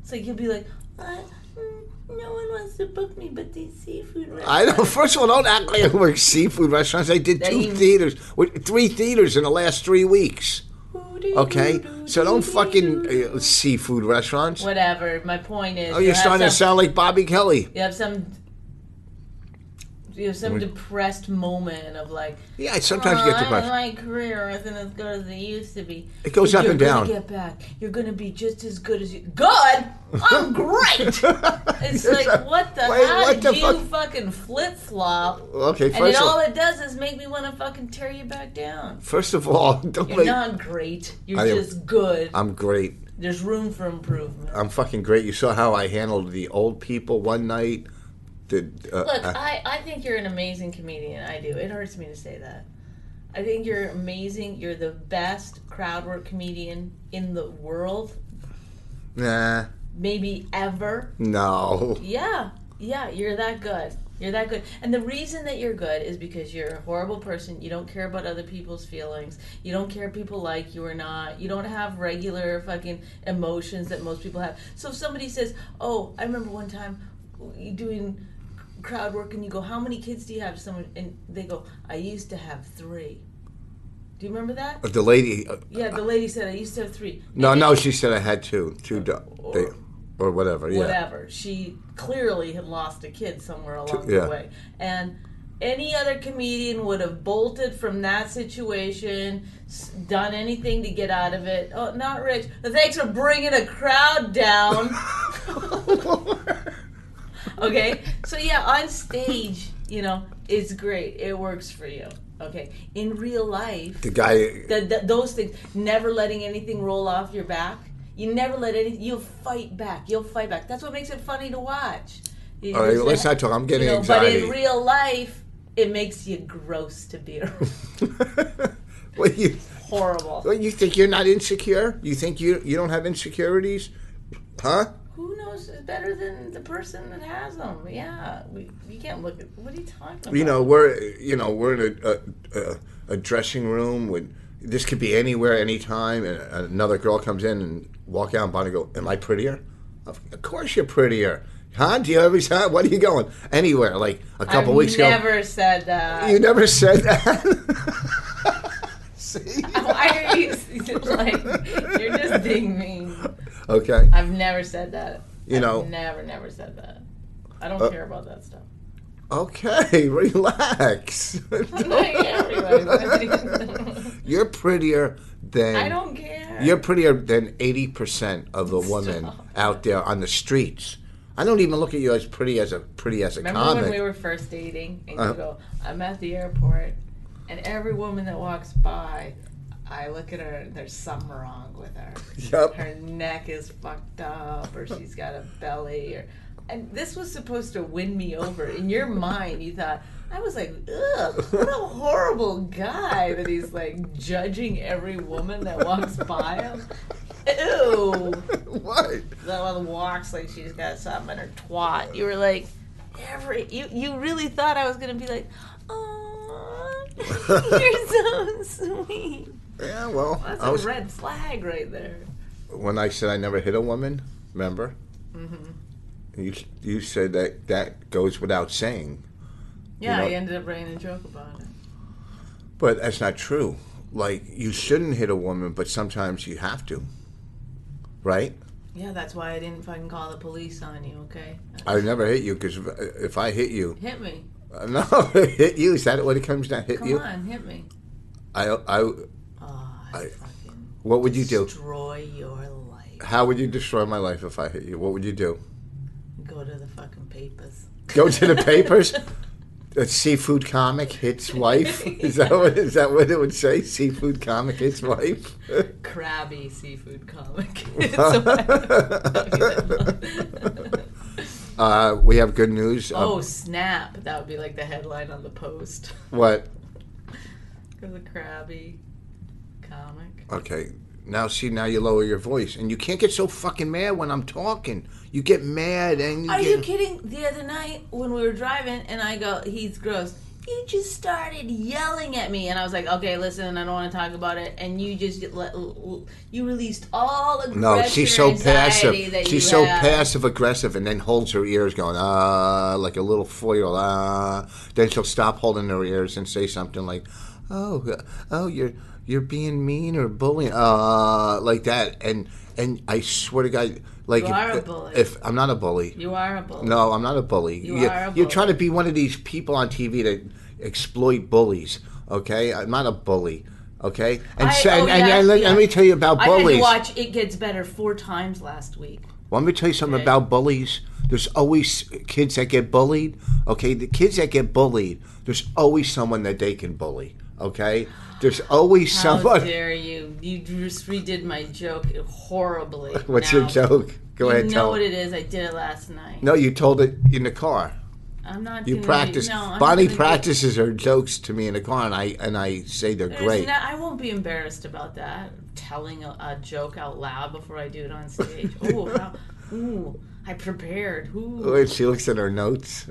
[SPEAKER 2] it's like you'll be like, "Uh, mm, no one wants to book me, but these seafood.
[SPEAKER 1] I know. First of all, don't act like I work seafood restaurants. I did
[SPEAKER 2] That
[SPEAKER 1] two
[SPEAKER 2] you-
[SPEAKER 1] theaters, wait, three theaters in the last three weeks. Okay, so don't fucking uh, seafood restaurants.
[SPEAKER 2] Whatever. My point is.
[SPEAKER 1] Oh, you're starting to sound like Bobby Kelly.
[SPEAKER 2] You have some. You have some depressed moment of like. "Oh,
[SPEAKER 1] Yeah, I sometimes get
[SPEAKER 2] "Aw,
[SPEAKER 1] depressed.
[SPEAKER 2] My career isn't as good as it used to be.
[SPEAKER 1] It goes up
[SPEAKER 2] You're
[SPEAKER 1] and
[SPEAKER 2] gonna
[SPEAKER 1] down.
[SPEAKER 2] Get back. You're gonna be just as good as you. Good. I'm great. It's like what the?
[SPEAKER 1] Wait,
[SPEAKER 2] how
[SPEAKER 1] what
[SPEAKER 2] did
[SPEAKER 1] the
[SPEAKER 2] you
[SPEAKER 1] fuck-
[SPEAKER 2] fucking flip flop?
[SPEAKER 1] Okay,
[SPEAKER 2] And it,
[SPEAKER 1] first of
[SPEAKER 2] all
[SPEAKER 1] all,
[SPEAKER 2] it does is make me want to fucking tear you back down.
[SPEAKER 1] first of all, don't
[SPEAKER 2] You're
[SPEAKER 1] make.
[SPEAKER 2] not great. You're
[SPEAKER 1] I am-
[SPEAKER 2] just good.
[SPEAKER 1] I'm great.
[SPEAKER 2] There's room for improvement.
[SPEAKER 1] I'm fucking great. You saw how I handled the old people one night. The uh,
[SPEAKER 2] Look,
[SPEAKER 1] uh,
[SPEAKER 2] I, I think you're an amazing comedian. I do. It hurts me to say that. I think you're amazing. You're the best crowd work comedian in the world,
[SPEAKER 1] nah,
[SPEAKER 2] maybe ever.
[SPEAKER 1] no.
[SPEAKER 2] Yeah, yeah, you're that good. You're that good. And the reason that you're good is because you're a horrible person. You don't care about other people's feelings. You don't care if people like you or not. You don't have regular fucking emotions that most people have. So if somebody says, Oh, I remember one time you doing crowd work and you go, How many kids do you have? Someone and they go, I used to have three. Do you remember that?
[SPEAKER 1] The lady. uh,
[SPEAKER 2] Yeah, the lady said I used to have three.
[SPEAKER 1] No,
[SPEAKER 2] And
[SPEAKER 1] no.
[SPEAKER 2] it-
[SPEAKER 1] She said I had two, two, do- they, or whatever. Yeah.
[SPEAKER 2] whatever. She clearly had lost a kid somewhere along
[SPEAKER 1] yeah.
[SPEAKER 2] the way. And any other comedian would have bolted from that situation, s- done anything to get out of it. Oh, not Rich. But thanks for bringing a crowd down. okay? So, yeah, on stage, you know, it's great. It works for you. Okay? In real life,
[SPEAKER 1] The guy.
[SPEAKER 2] the, the, those things never letting anything roll off your back you never let anything you'll fight back you'll fight back that's what makes it funny to watch You-
[SPEAKER 1] All right,
[SPEAKER 2] you-
[SPEAKER 1] let's not talk. I'm
[SPEAKER 2] you
[SPEAKER 1] getting
[SPEAKER 2] know, but
[SPEAKER 1] anxiety.
[SPEAKER 2] in real life it makes you gross to be around.
[SPEAKER 1] what you?
[SPEAKER 2] horrible
[SPEAKER 1] What you think? You're not insecure? You think you you don't have insecurities? Huh?
[SPEAKER 2] who knows is better than the person that has them yeah we, you can't look at what are you talking about
[SPEAKER 1] You know we're you know we're in a a, a, a dressing room with this could be anywhere, anytime, and another girl comes in and walk out and Bonnie go, "Am I prettier? Of, of course you're prettier, huh? Do you ever? Huh? What are you going anywhere? Like a couple
[SPEAKER 2] I've
[SPEAKER 1] weeks ago,
[SPEAKER 2] never said that
[SPEAKER 1] you never said that. See?
[SPEAKER 2] why are you like you're just digging me
[SPEAKER 1] Okay.
[SPEAKER 2] I've never said that
[SPEAKER 1] You
[SPEAKER 2] I've
[SPEAKER 1] know- Uh,
[SPEAKER 2] never never said that I don't care about that stuff
[SPEAKER 1] Okay, relax. You're prettier than
[SPEAKER 2] I don't care.
[SPEAKER 1] you're prettier than eighty percent of the women out there on the streets. I don't even look at you as pretty as a pretty as a
[SPEAKER 2] Remember when
[SPEAKER 1] comic. Uh-huh.
[SPEAKER 2] we were first dating and you go, I'm at the airport and every woman that walks by, I look at her, there's something wrong with her.
[SPEAKER 1] Yep.
[SPEAKER 2] Her neck is fucked up, or she's got a belly, or. And this was supposed to win me over. In your mind, you thought, I was like, ugh, what a horrible guy that he's like judging every woman that walks by him. Ew.
[SPEAKER 1] what?
[SPEAKER 2] That one walks like she's got something in her twat. You were like, every. You, you really thought I was going to be like, oh, you're so sweet.
[SPEAKER 1] Yeah, well,
[SPEAKER 2] That's
[SPEAKER 1] I was,
[SPEAKER 2] a red flag right there.
[SPEAKER 1] when I said I never hit a woman, remember?
[SPEAKER 2] Mm-hmm.
[SPEAKER 1] You you said that that goes without saying,
[SPEAKER 2] Yeah,
[SPEAKER 1] know-
[SPEAKER 2] I ended up writing a joke about it.
[SPEAKER 1] but that's not true. Like you shouldn't hit a woman, but sometimes you have to, right?
[SPEAKER 2] Yeah, that's why I didn't fucking call the police on you, okay?
[SPEAKER 1] I never hit you because if, if I hit you,
[SPEAKER 2] Hit me.
[SPEAKER 1] no, hit you. Is that what it comes down? Hit
[SPEAKER 2] Come
[SPEAKER 1] you?
[SPEAKER 2] on, hit me.
[SPEAKER 1] I I.
[SPEAKER 2] Oh, I,
[SPEAKER 1] I-
[SPEAKER 2] fucking
[SPEAKER 1] What would you do?
[SPEAKER 2] destroy your life.
[SPEAKER 1] How would you destroy my life if I hit you? What would you do?
[SPEAKER 2] Go to the fucking papers.
[SPEAKER 1] Go to the papers. A seafood comic hits wife. Is that what is that what it would say? Seafood comic hits wife.
[SPEAKER 2] Crabby seafood comic. It's a-
[SPEAKER 1] Uh, we have good news. Um,
[SPEAKER 2] oh, snap. That would be like the headline on the post.
[SPEAKER 1] what?
[SPEAKER 2] Go to the crabby comic.
[SPEAKER 1] Okay. Now see, now you lower your voice, and you can't get so fucking mad when I'm talking. You get mad, and you
[SPEAKER 2] Are
[SPEAKER 1] get,
[SPEAKER 2] you kidding? The other night when we were driving, and I go, he's gross. You just started yelling at me, and I was like, "Okay, listen, I don't want to talk about it." And you just let, you released all aggression.
[SPEAKER 1] no, she's so
[SPEAKER 2] or anxiety
[SPEAKER 1] passive.
[SPEAKER 2] That
[SPEAKER 1] She's
[SPEAKER 2] you
[SPEAKER 1] so
[SPEAKER 2] had.
[SPEAKER 1] passive aggressive, and then holds her ears, going ah, like a little four year old ah. Then she'll stop holding her ears and say something like, "Oh, uh, oh, you're you're being mean or bullying, ah, like that." And and I swear to God, like
[SPEAKER 2] You
[SPEAKER 1] if,
[SPEAKER 2] are a bully.
[SPEAKER 1] if I'm not a bully,
[SPEAKER 2] You are a bull.
[SPEAKER 1] No, I'm not a bully.
[SPEAKER 2] You are a
[SPEAKER 1] You're
[SPEAKER 2] bully.
[SPEAKER 1] trying to be one of these people on TV that exploit bullies. Okay, I'm not a bully. Okay, and
[SPEAKER 2] I-
[SPEAKER 1] so-
[SPEAKER 2] oh,
[SPEAKER 1] and, and-
[SPEAKER 2] yeah,
[SPEAKER 1] and let,
[SPEAKER 2] yeah.
[SPEAKER 1] let me tell you about
[SPEAKER 2] I had
[SPEAKER 1] bullies.
[SPEAKER 2] to watch It Gets Better four times last week.
[SPEAKER 1] Let me tell you something about bullies. There's always kids that get bullied. Okay, the kids that get bullied, there's always someone that they can bully. Okay, there's always
[SPEAKER 2] How
[SPEAKER 1] someone.
[SPEAKER 2] dare you? You just redid my joke horribly.
[SPEAKER 1] What's
[SPEAKER 2] now.
[SPEAKER 1] your joke? Go
[SPEAKER 2] You
[SPEAKER 1] ahead,
[SPEAKER 2] know
[SPEAKER 1] tell.
[SPEAKER 2] what
[SPEAKER 1] them.
[SPEAKER 2] it is. I did it last night.
[SPEAKER 1] no, you told it in the car.
[SPEAKER 2] I'm not.
[SPEAKER 1] You
[SPEAKER 2] gonna-
[SPEAKER 1] practice.
[SPEAKER 2] No, I'm
[SPEAKER 1] Bonnie
[SPEAKER 2] not gonna-
[SPEAKER 1] practices her jokes to me in the car, and I and I say they're
[SPEAKER 2] There's
[SPEAKER 1] great.
[SPEAKER 2] no- I won't be embarrassed about that. Telling a, a joke out loud before I do it on stage. Ooh, how, ooh, I prepared. Ooh,
[SPEAKER 1] Wait, she looks at her notes.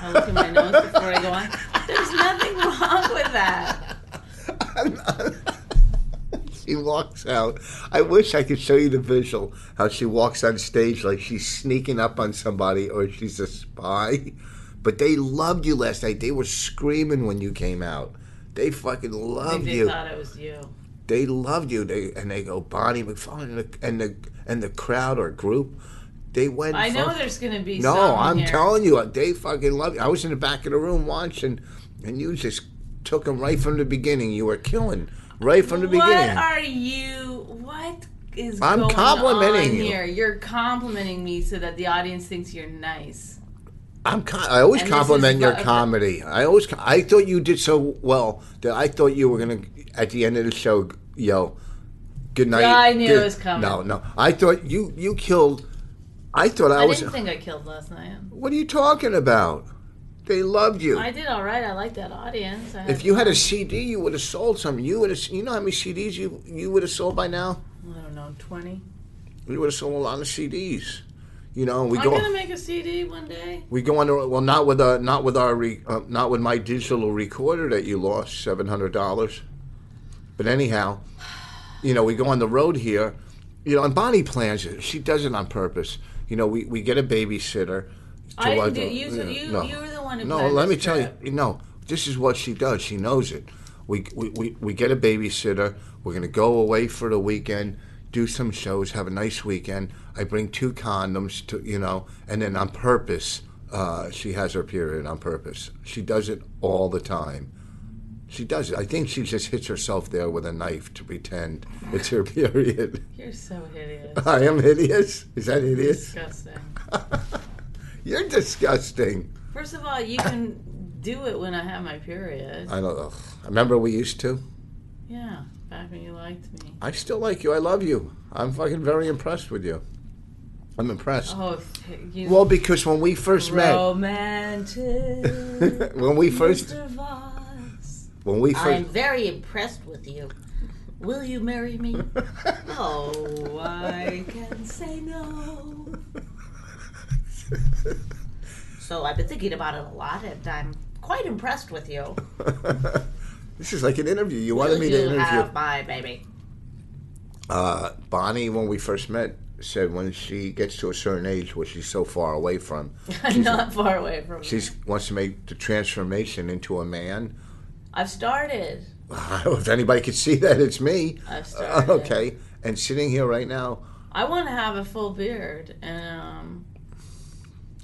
[SPEAKER 2] I look at my nose before I go on. There's nothing wrong with that.
[SPEAKER 1] she walks out. I wish I could show you the visual how she walks on stage like she's sneaking up on somebody or she's a spy. But they loved you last night. They were screaming when you came out. They fucking
[SPEAKER 2] I think
[SPEAKER 1] loved
[SPEAKER 2] they
[SPEAKER 1] you.
[SPEAKER 2] thought it was you.
[SPEAKER 1] They loved you. They and they go Bonnie McFarlane and the and the, and the crowd or group. They went.
[SPEAKER 2] I know
[SPEAKER 1] fuck-
[SPEAKER 2] there's gonna be.
[SPEAKER 1] No,
[SPEAKER 2] some
[SPEAKER 1] I'm
[SPEAKER 2] here.
[SPEAKER 1] telling you, they fucking love you. I was in the back of the room watching, and you just took them right from the beginning. You were killing right from the beginning.
[SPEAKER 2] What are you? What is
[SPEAKER 1] I'm
[SPEAKER 2] going
[SPEAKER 1] complimenting
[SPEAKER 2] on
[SPEAKER 1] you.
[SPEAKER 2] here? You're complimenting me so that the audience thinks you're nice.
[SPEAKER 1] I'm co- I always
[SPEAKER 2] And this is
[SPEAKER 1] compliment your
[SPEAKER 2] what-
[SPEAKER 1] comedy. I always co- I thought you did so well that I thought you were gonna at the end of the show yo good night.
[SPEAKER 2] Yeah, I knew it
[SPEAKER 1] good-
[SPEAKER 2] was coming.
[SPEAKER 1] No, no, I thought you you killed. I thought I,
[SPEAKER 2] I
[SPEAKER 1] was.
[SPEAKER 2] didn't think I killed last night.
[SPEAKER 1] what are you talking about? They loved you.
[SPEAKER 2] I did all right. I like that audience. I had,
[SPEAKER 1] if you had a CD, you would have sold some. You would have. You know how many CDs you you would have sold by now?
[SPEAKER 2] I don't know, twenty.
[SPEAKER 1] We would have sold a lot of CDs. You know, we
[SPEAKER 2] I'm
[SPEAKER 1] go
[SPEAKER 2] gonna make a CD one day.
[SPEAKER 1] we go under well not with uh not with our re, uh, not with my digital recorder that you lost seven hundred dollars, but anyhow, you know we go on the road here, you know and Bonnie plans it. She does it on purpose. You know we, we get a babysitter. to
[SPEAKER 2] I didn't
[SPEAKER 1] watch-
[SPEAKER 2] do. You,
[SPEAKER 1] you know,
[SPEAKER 2] you,
[SPEAKER 1] no.
[SPEAKER 2] you were the one who.
[SPEAKER 1] No,
[SPEAKER 2] planned
[SPEAKER 1] let
[SPEAKER 2] this
[SPEAKER 1] me tell you.
[SPEAKER 2] trip.
[SPEAKER 1] No, this is what she does. She knows it. We we, we, we get a babysitter. We're going to go away for the weekend, do some shows, have a nice weekend. I bring two condoms to you know, and then on purpose, uh, she has her period on purpose. She does it all the time. She does it. I think she just hits herself there with a knife to pretend it's her period.
[SPEAKER 2] You're so hideous.
[SPEAKER 1] I am hideous. Is that hideous?
[SPEAKER 2] Disgusting.
[SPEAKER 1] You're disgusting.
[SPEAKER 2] First of all, you can do it when I have my period.
[SPEAKER 1] I don't know. Remember we used to.
[SPEAKER 2] Yeah, back happy you liked me.
[SPEAKER 1] I still like you. I love you. I'm fucking very impressed with you. I'm impressed.
[SPEAKER 2] Oh, if you
[SPEAKER 1] Well, because when we first
[SPEAKER 2] romantic.
[SPEAKER 1] met, when we first,
[SPEAKER 2] Mr. Voss.
[SPEAKER 1] when we
[SPEAKER 3] I'm
[SPEAKER 1] first,
[SPEAKER 3] very impressed with you. Will you marry me?
[SPEAKER 2] Oh, I can say no.
[SPEAKER 3] So I've been thinking about it a lot, and I'm quite impressed with you.
[SPEAKER 1] this is like an interview. You
[SPEAKER 3] Will
[SPEAKER 1] wanted me
[SPEAKER 3] you
[SPEAKER 1] to interview.
[SPEAKER 3] have my baby?
[SPEAKER 1] Uh, Bonnie, when we first met, said when she gets to a certain age, which she's so far away from,
[SPEAKER 2] I'm not far away from
[SPEAKER 1] she wants to make the transformation into a man.
[SPEAKER 2] I've started.
[SPEAKER 1] if anybody could see that, it's me.
[SPEAKER 2] I've started.
[SPEAKER 1] Uh, okay, and sitting here right now,
[SPEAKER 2] I want to have a full beard, and um,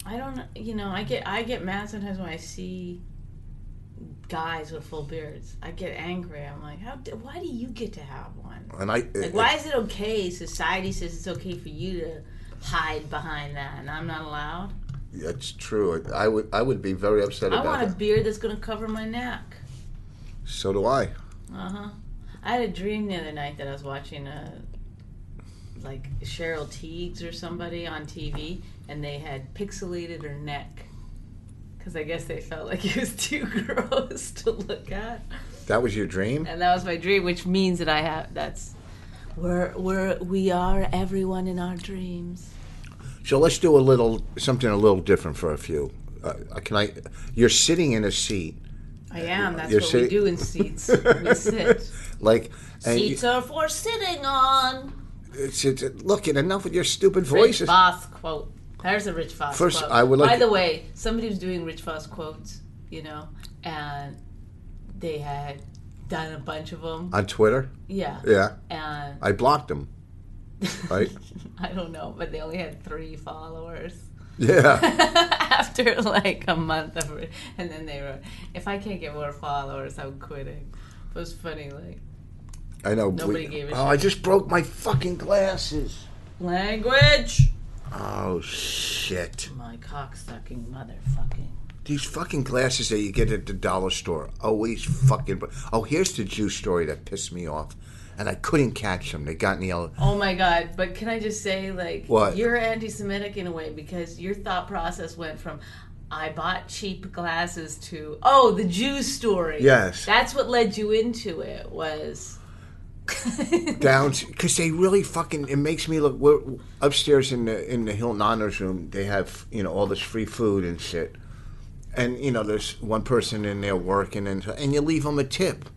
[SPEAKER 2] I don't. You know, I get I get mad sometimes when I see guys with full beards. I get angry. I'm like, how? d- Why do you get to have one?
[SPEAKER 1] and I.
[SPEAKER 2] Like, why is it okay? Society says it's okay for you to hide behind that, and I'm not allowed.
[SPEAKER 1] That's true. I would I would be very upset
[SPEAKER 2] I
[SPEAKER 1] about
[SPEAKER 2] want a
[SPEAKER 1] that.
[SPEAKER 2] beard that's gonna cover my neck.
[SPEAKER 1] So do I.
[SPEAKER 2] Uh huh. I had a dream the other night that I was watching a like Cheryl Teagues or somebody on TV, and they had pixelated her neck because I guess they felt like it was too gross to look at.
[SPEAKER 1] That was your dream.
[SPEAKER 2] And that was my dream, which means that I have that's we're we're we are everyone in our dreams.
[SPEAKER 1] So let's do a little something a little different for a few. Uh, can I? You're sitting in a seat,
[SPEAKER 2] I am. That's
[SPEAKER 1] You're
[SPEAKER 2] what
[SPEAKER 1] sitting-
[SPEAKER 2] we do in seats. we sit.
[SPEAKER 1] like and you-
[SPEAKER 3] Seats are for sitting on.
[SPEAKER 1] it's, it's, look. And enough with your stupid
[SPEAKER 2] Rich
[SPEAKER 1] voices.
[SPEAKER 2] Voss quote. There's a Rich Voss
[SPEAKER 1] First,
[SPEAKER 2] quote.
[SPEAKER 1] I would like
[SPEAKER 2] By
[SPEAKER 1] to-
[SPEAKER 2] the way, somebody was doing Rich Voss quotes, you know, and they had done a bunch of them.
[SPEAKER 1] on Twitter.
[SPEAKER 2] Yeah.
[SPEAKER 1] Yeah,
[SPEAKER 2] And
[SPEAKER 1] I blocked him. Right?
[SPEAKER 2] I don't know, but they only had three followers
[SPEAKER 1] yeah,
[SPEAKER 2] after like a month of it. And then they were, if I can't get more followers, I'm quitting. It was funny, like,
[SPEAKER 1] I know.
[SPEAKER 2] Nobody gave a
[SPEAKER 1] oh, I just broke my fucking glasses.
[SPEAKER 2] language!
[SPEAKER 1] Oh shit!
[SPEAKER 2] My cocksucking motherfucking.
[SPEAKER 1] These fucking glasses that you get at the dollar store always fucking. Oh, here's the Jew story that pissed me off, and I couldn't catch them. They got me all.
[SPEAKER 2] Oh my god! But can I just say, like,
[SPEAKER 1] What?
[SPEAKER 2] you're anti-Semitic in a way because your thought process went from "I bought cheap glasses" to "Oh, the Jew story."
[SPEAKER 1] Yes.
[SPEAKER 2] that's what led you into it. Was
[SPEAKER 1] down because they really fucking it makes me look we're upstairs in the in the Hilton Honors room they have you know all this free food and shit and you know there's one person in there working and and you leave them a tip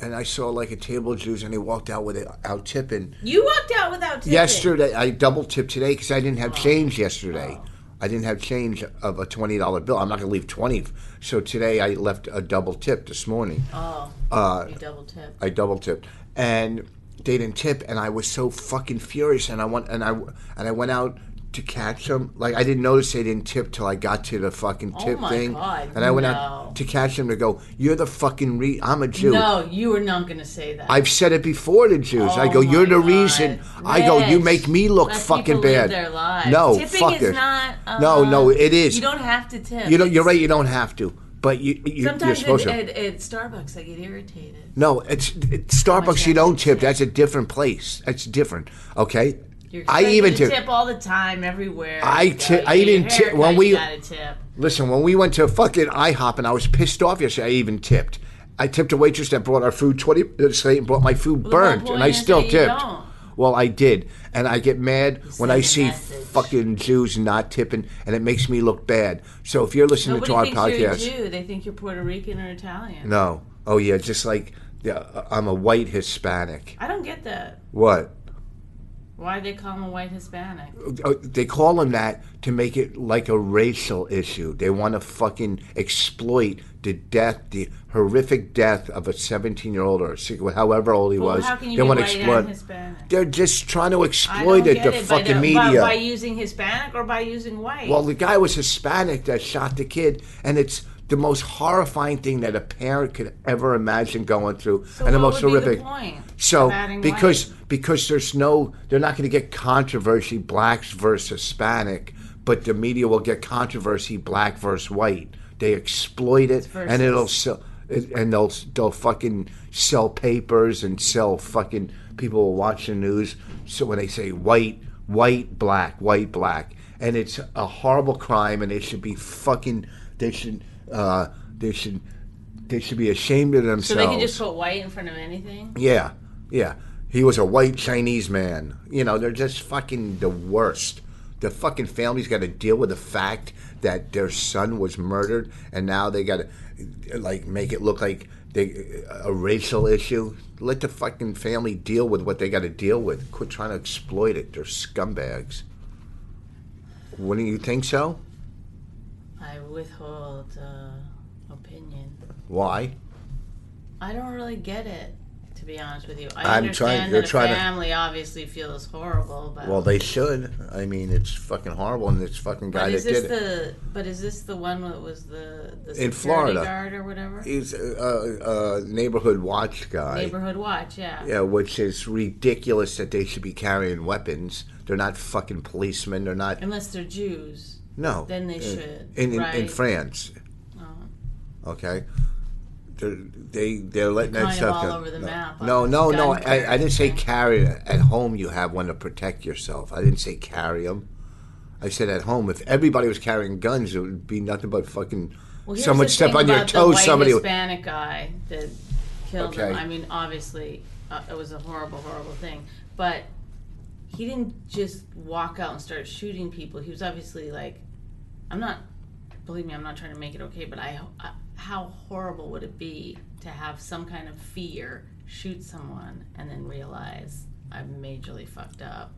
[SPEAKER 1] and I saw like a table of Jews and they walked out with it out tipping
[SPEAKER 2] you walked out without tipping?
[SPEAKER 1] yesterday I double tipped today because I didn't have change yesterday I didn't have change of a twenty dollar bill I'm not gonna leave twenty so today I left a double tip this morning Uh,
[SPEAKER 2] Oh, you double tipped.
[SPEAKER 1] I double tipped, and they didn't tip, and I was so fucking furious, and I went and I and I went out to catch them. Like I didn't notice they didn't tip till I got to the fucking tip
[SPEAKER 2] Oh my
[SPEAKER 1] thing,
[SPEAKER 2] God,
[SPEAKER 1] and I went
[SPEAKER 2] no.
[SPEAKER 1] out to catch them to go. You're the fucking re. I'm a Jew.
[SPEAKER 2] No, you were not going to say that.
[SPEAKER 1] I've said it before to Jews. I go,
[SPEAKER 2] Oh
[SPEAKER 1] you're
[SPEAKER 2] my
[SPEAKER 1] the
[SPEAKER 2] God.
[SPEAKER 1] reason. I go, you
[SPEAKER 2] Rich.
[SPEAKER 1] make me look
[SPEAKER 2] Let
[SPEAKER 1] fucking
[SPEAKER 2] people
[SPEAKER 1] bad.
[SPEAKER 2] live their lives.
[SPEAKER 1] No,
[SPEAKER 2] tipping
[SPEAKER 1] fuck
[SPEAKER 2] is
[SPEAKER 1] this.
[SPEAKER 2] not. Uh,
[SPEAKER 1] no, no, it is.
[SPEAKER 2] You don't have to tip.
[SPEAKER 1] You don't. You're right. You don't have to, but you, you you're
[SPEAKER 2] Sometimes at,
[SPEAKER 1] supposed to.
[SPEAKER 2] at, at Starbucks, I get irritated.
[SPEAKER 1] No, it's, it's Starbucks.
[SPEAKER 2] much
[SPEAKER 1] You
[SPEAKER 2] that
[SPEAKER 1] don't
[SPEAKER 2] is
[SPEAKER 1] tip.
[SPEAKER 2] it?
[SPEAKER 1] That's a different place. That's different. Okay.
[SPEAKER 2] You're
[SPEAKER 1] I
[SPEAKER 2] expected
[SPEAKER 1] even
[SPEAKER 2] to
[SPEAKER 1] tip.
[SPEAKER 2] tip all the time, everywhere.
[SPEAKER 1] I
[SPEAKER 2] You
[SPEAKER 1] ti-
[SPEAKER 2] gotta
[SPEAKER 1] I
[SPEAKER 2] get your
[SPEAKER 1] even tip-
[SPEAKER 2] haircut,
[SPEAKER 1] when we-
[SPEAKER 2] you gotta tip.
[SPEAKER 1] Listen, when we went to fucking IHOP and I was pissed off yesterday, I even tipped. I tipped a waitress that brought our food twenty minutes late and brought my food
[SPEAKER 2] the whole
[SPEAKER 1] burnt,
[SPEAKER 2] point
[SPEAKER 1] and I
[SPEAKER 2] is
[SPEAKER 1] still
[SPEAKER 2] that you
[SPEAKER 1] tipped.
[SPEAKER 2] don't.
[SPEAKER 1] Well, I did, and I get mad when I
[SPEAKER 3] a
[SPEAKER 1] see
[SPEAKER 3] message.
[SPEAKER 1] fucking Jews not tipping, and it makes me look bad. So if you're listening
[SPEAKER 2] Nobody
[SPEAKER 1] to our
[SPEAKER 2] thinks
[SPEAKER 1] podcast,
[SPEAKER 2] you're a Jew. They think you're Puerto Rican or Italian.
[SPEAKER 1] no, oh yeah, just like yeah, uh, I'm a white Hispanic.
[SPEAKER 2] I don't get that.
[SPEAKER 1] What?
[SPEAKER 2] Why they call him a white Hispanic?
[SPEAKER 1] uh, they call them that to make it like a racial issue. They want to fucking exploit the death, the horrific death of a 17 year old or a six, however old he
[SPEAKER 2] Well,
[SPEAKER 1] was.
[SPEAKER 2] how can you
[SPEAKER 1] they
[SPEAKER 2] be
[SPEAKER 1] want
[SPEAKER 2] white
[SPEAKER 1] to exploit.
[SPEAKER 2] and Hispanic?
[SPEAKER 1] They're just trying to
[SPEAKER 2] I don't
[SPEAKER 1] exploit it.
[SPEAKER 2] get
[SPEAKER 1] The
[SPEAKER 2] it uh, by,
[SPEAKER 1] fucking
[SPEAKER 2] the,
[SPEAKER 1] media.
[SPEAKER 2] By, by using Hispanic or by using white.
[SPEAKER 1] Well, the guy was Hispanic that shot the kid, and it's the most horrifying thing that a parent could ever imagine going through,
[SPEAKER 2] so
[SPEAKER 1] and the
[SPEAKER 2] what
[SPEAKER 1] most
[SPEAKER 2] would
[SPEAKER 1] horrific.
[SPEAKER 2] Be the point
[SPEAKER 1] So
[SPEAKER 2] of adding
[SPEAKER 1] because
[SPEAKER 2] white?
[SPEAKER 1] because there's no they're not going to get controversy blacks versus Hispanic, but the media will get controversy black versus white. They exploit it and
[SPEAKER 2] versus.
[SPEAKER 1] it'll sell. It, and they'll they'll fucking sell papers and sell fucking people will watch the news. So when they say white, white, black, white, black, and it's a horrible crime, and they should be fucking they should uh, they should they should be ashamed of
[SPEAKER 2] So
[SPEAKER 1] themselves.
[SPEAKER 2] they can just put white in front of anything.
[SPEAKER 1] Yeah, yeah. He was a white Chinese man. You know, they're just fucking the worst. The fucking family's got to deal with the fact that their son was murdered, and now they got to like make it look like they a racial issue. Let the fucking family deal with what they got to deal with. Quit trying to exploit it. They're scumbags. Wouldn't you think so?
[SPEAKER 2] I withhold uh, opinion.
[SPEAKER 1] Why?
[SPEAKER 2] I don't really get it, to be honest with you. I
[SPEAKER 1] I'm
[SPEAKER 2] understand
[SPEAKER 1] trying-
[SPEAKER 2] that
[SPEAKER 1] they're
[SPEAKER 2] a
[SPEAKER 1] trying to-
[SPEAKER 2] family obviously feels horrible, but
[SPEAKER 1] Well, they should. I mean, it's fucking horrible, and it's fucking guy
[SPEAKER 2] but
[SPEAKER 1] that
[SPEAKER 2] is
[SPEAKER 1] did
[SPEAKER 2] this
[SPEAKER 1] it.
[SPEAKER 2] the but is this the one that was the, the security
[SPEAKER 1] In Florida.
[SPEAKER 2] guard or whatever
[SPEAKER 1] He's a, a, a neighborhood watch guy.
[SPEAKER 2] neighborhood watch? Yeah.
[SPEAKER 1] Yeah, which is ridiculous that they should be carrying weapons. They're not fucking policemen. They're not.
[SPEAKER 2] Unless they're Jews,
[SPEAKER 1] No.
[SPEAKER 2] then they
[SPEAKER 1] In-
[SPEAKER 2] should.
[SPEAKER 1] In, in, in
[SPEAKER 2] right?
[SPEAKER 1] France,
[SPEAKER 2] Oh.
[SPEAKER 1] okay? They're, they, they're letting
[SPEAKER 2] They're
[SPEAKER 1] that
[SPEAKER 2] kind of
[SPEAKER 1] stuff
[SPEAKER 2] all
[SPEAKER 1] go.
[SPEAKER 2] over the
[SPEAKER 1] no.
[SPEAKER 2] map on
[SPEAKER 1] No,
[SPEAKER 2] this
[SPEAKER 1] no, no.
[SPEAKER 2] gun
[SPEAKER 1] I, I didn't say
[SPEAKER 2] thing.
[SPEAKER 1] carry it. At home, you have one to protect yourself. I didn't say carry them. I said at home, if everybody was carrying guns, it would be nothing but fucking.
[SPEAKER 2] Well, here's
[SPEAKER 1] someone
[SPEAKER 2] the
[SPEAKER 1] step
[SPEAKER 2] thing
[SPEAKER 1] on your
[SPEAKER 2] about the
[SPEAKER 1] toes,
[SPEAKER 2] white
[SPEAKER 1] somebody. would-
[SPEAKER 2] Hispanic guy that killed him.
[SPEAKER 1] Okay.
[SPEAKER 2] I mean, obviously, uh, it was a horrible, horrible thing. But he didn't just walk out and start shooting people. He was obviously like, I'm not. Believe me, I'm not trying to make it okay, but I, I how horrible would it be to have some kind of fear, shoot someone, and then realize I've majorly fucked up.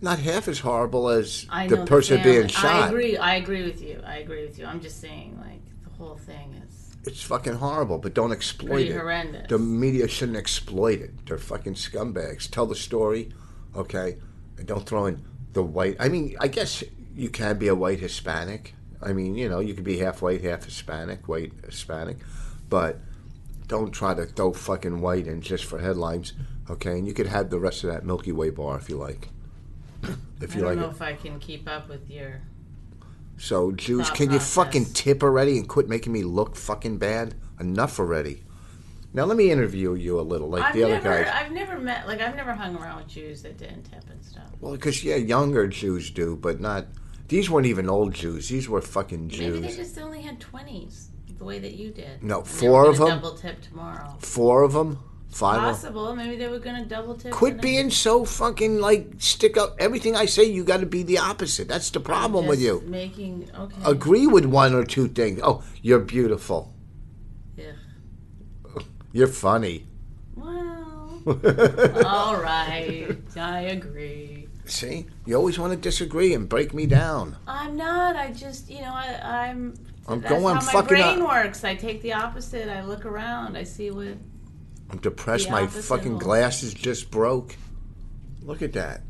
[SPEAKER 1] Not half as horrible as
[SPEAKER 2] I
[SPEAKER 1] the
[SPEAKER 2] know
[SPEAKER 1] person
[SPEAKER 2] family-
[SPEAKER 1] being shot.
[SPEAKER 2] I agree. I agree with you. I agree with you. I'm just saying, like the whole thing is.
[SPEAKER 1] It's fucking horrible, but don't exploit
[SPEAKER 2] Pretty
[SPEAKER 1] it.
[SPEAKER 2] horrendous.
[SPEAKER 1] The media shouldn't exploit it. They're fucking scumbags. Tell the story, okay? And don't throw in the white. I mean, I guess you can be a white Hispanic. I mean, you know, you could be half white, half Hispanic, white Hispanic, but don't try to throw fucking white in just for headlines, okay? And you could have the rest of that Milky Way bar if you like. If
[SPEAKER 2] I
[SPEAKER 1] you
[SPEAKER 2] don't
[SPEAKER 1] like
[SPEAKER 2] know
[SPEAKER 1] it.
[SPEAKER 2] if I can keep up with your.
[SPEAKER 1] So Jews,
[SPEAKER 2] thought
[SPEAKER 1] can you
[SPEAKER 2] process.
[SPEAKER 1] fucking tip already and quit making me look fucking bad? Enough already. Now let me interview you a little, like
[SPEAKER 2] I've
[SPEAKER 1] the other
[SPEAKER 2] never,
[SPEAKER 1] guys.
[SPEAKER 2] I've never met, like, I've never hung around with Jews that didn't tip and stuff.
[SPEAKER 1] Well, because yeah, younger Jews do, but not. These weren't even old Jews. These were fucking
[SPEAKER 2] Maybe
[SPEAKER 1] Jews.
[SPEAKER 2] they just only had twenties, the way that you did.
[SPEAKER 1] No,
[SPEAKER 2] And they
[SPEAKER 1] four
[SPEAKER 2] were
[SPEAKER 1] of
[SPEAKER 2] gonna
[SPEAKER 1] them?
[SPEAKER 2] Double tip tomorrow.
[SPEAKER 1] Four of them, five. of 'em.
[SPEAKER 2] Possible. Maybe they were gonna double tip.
[SPEAKER 1] Quit
[SPEAKER 2] tonight.
[SPEAKER 1] being so fucking like stick up. Everything I say, you got to be the opposite. That's the problem with
[SPEAKER 2] Just
[SPEAKER 1] you.
[SPEAKER 2] Making okay.
[SPEAKER 1] Agree with one or two things. Oh, you're beautiful.
[SPEAKER 2] Yeah.
[SPEAKER 1] You're funny.
[SPEAKER 2] Well. all right. I agree.
[SPEAKER 1] See, you always want to disagree and break me down.
[SPEAKER 2] I'm not. I just, you know, I, I'm.
[SPEAKER 1] I'm
[SPEAKER 2] that's
[SPEAKER 1] going
[SPEAKER 2] how my
[SPEAKER 1] fucking
[SPEAKER 2] brain
[SPEAKER 1] up.
[SPEAKER 2] works. I take the opposite. I look around. I see what.
[SPEAKER 1] I'm depressed.
[SPEAKER 2] The
[SPEAKER 1] My
[SPEAKER 2] opposite
[SPEAKER 1] fucking
[SPEAKER 2] of-
[SPEAKER 1] glasses just broke. Look at that.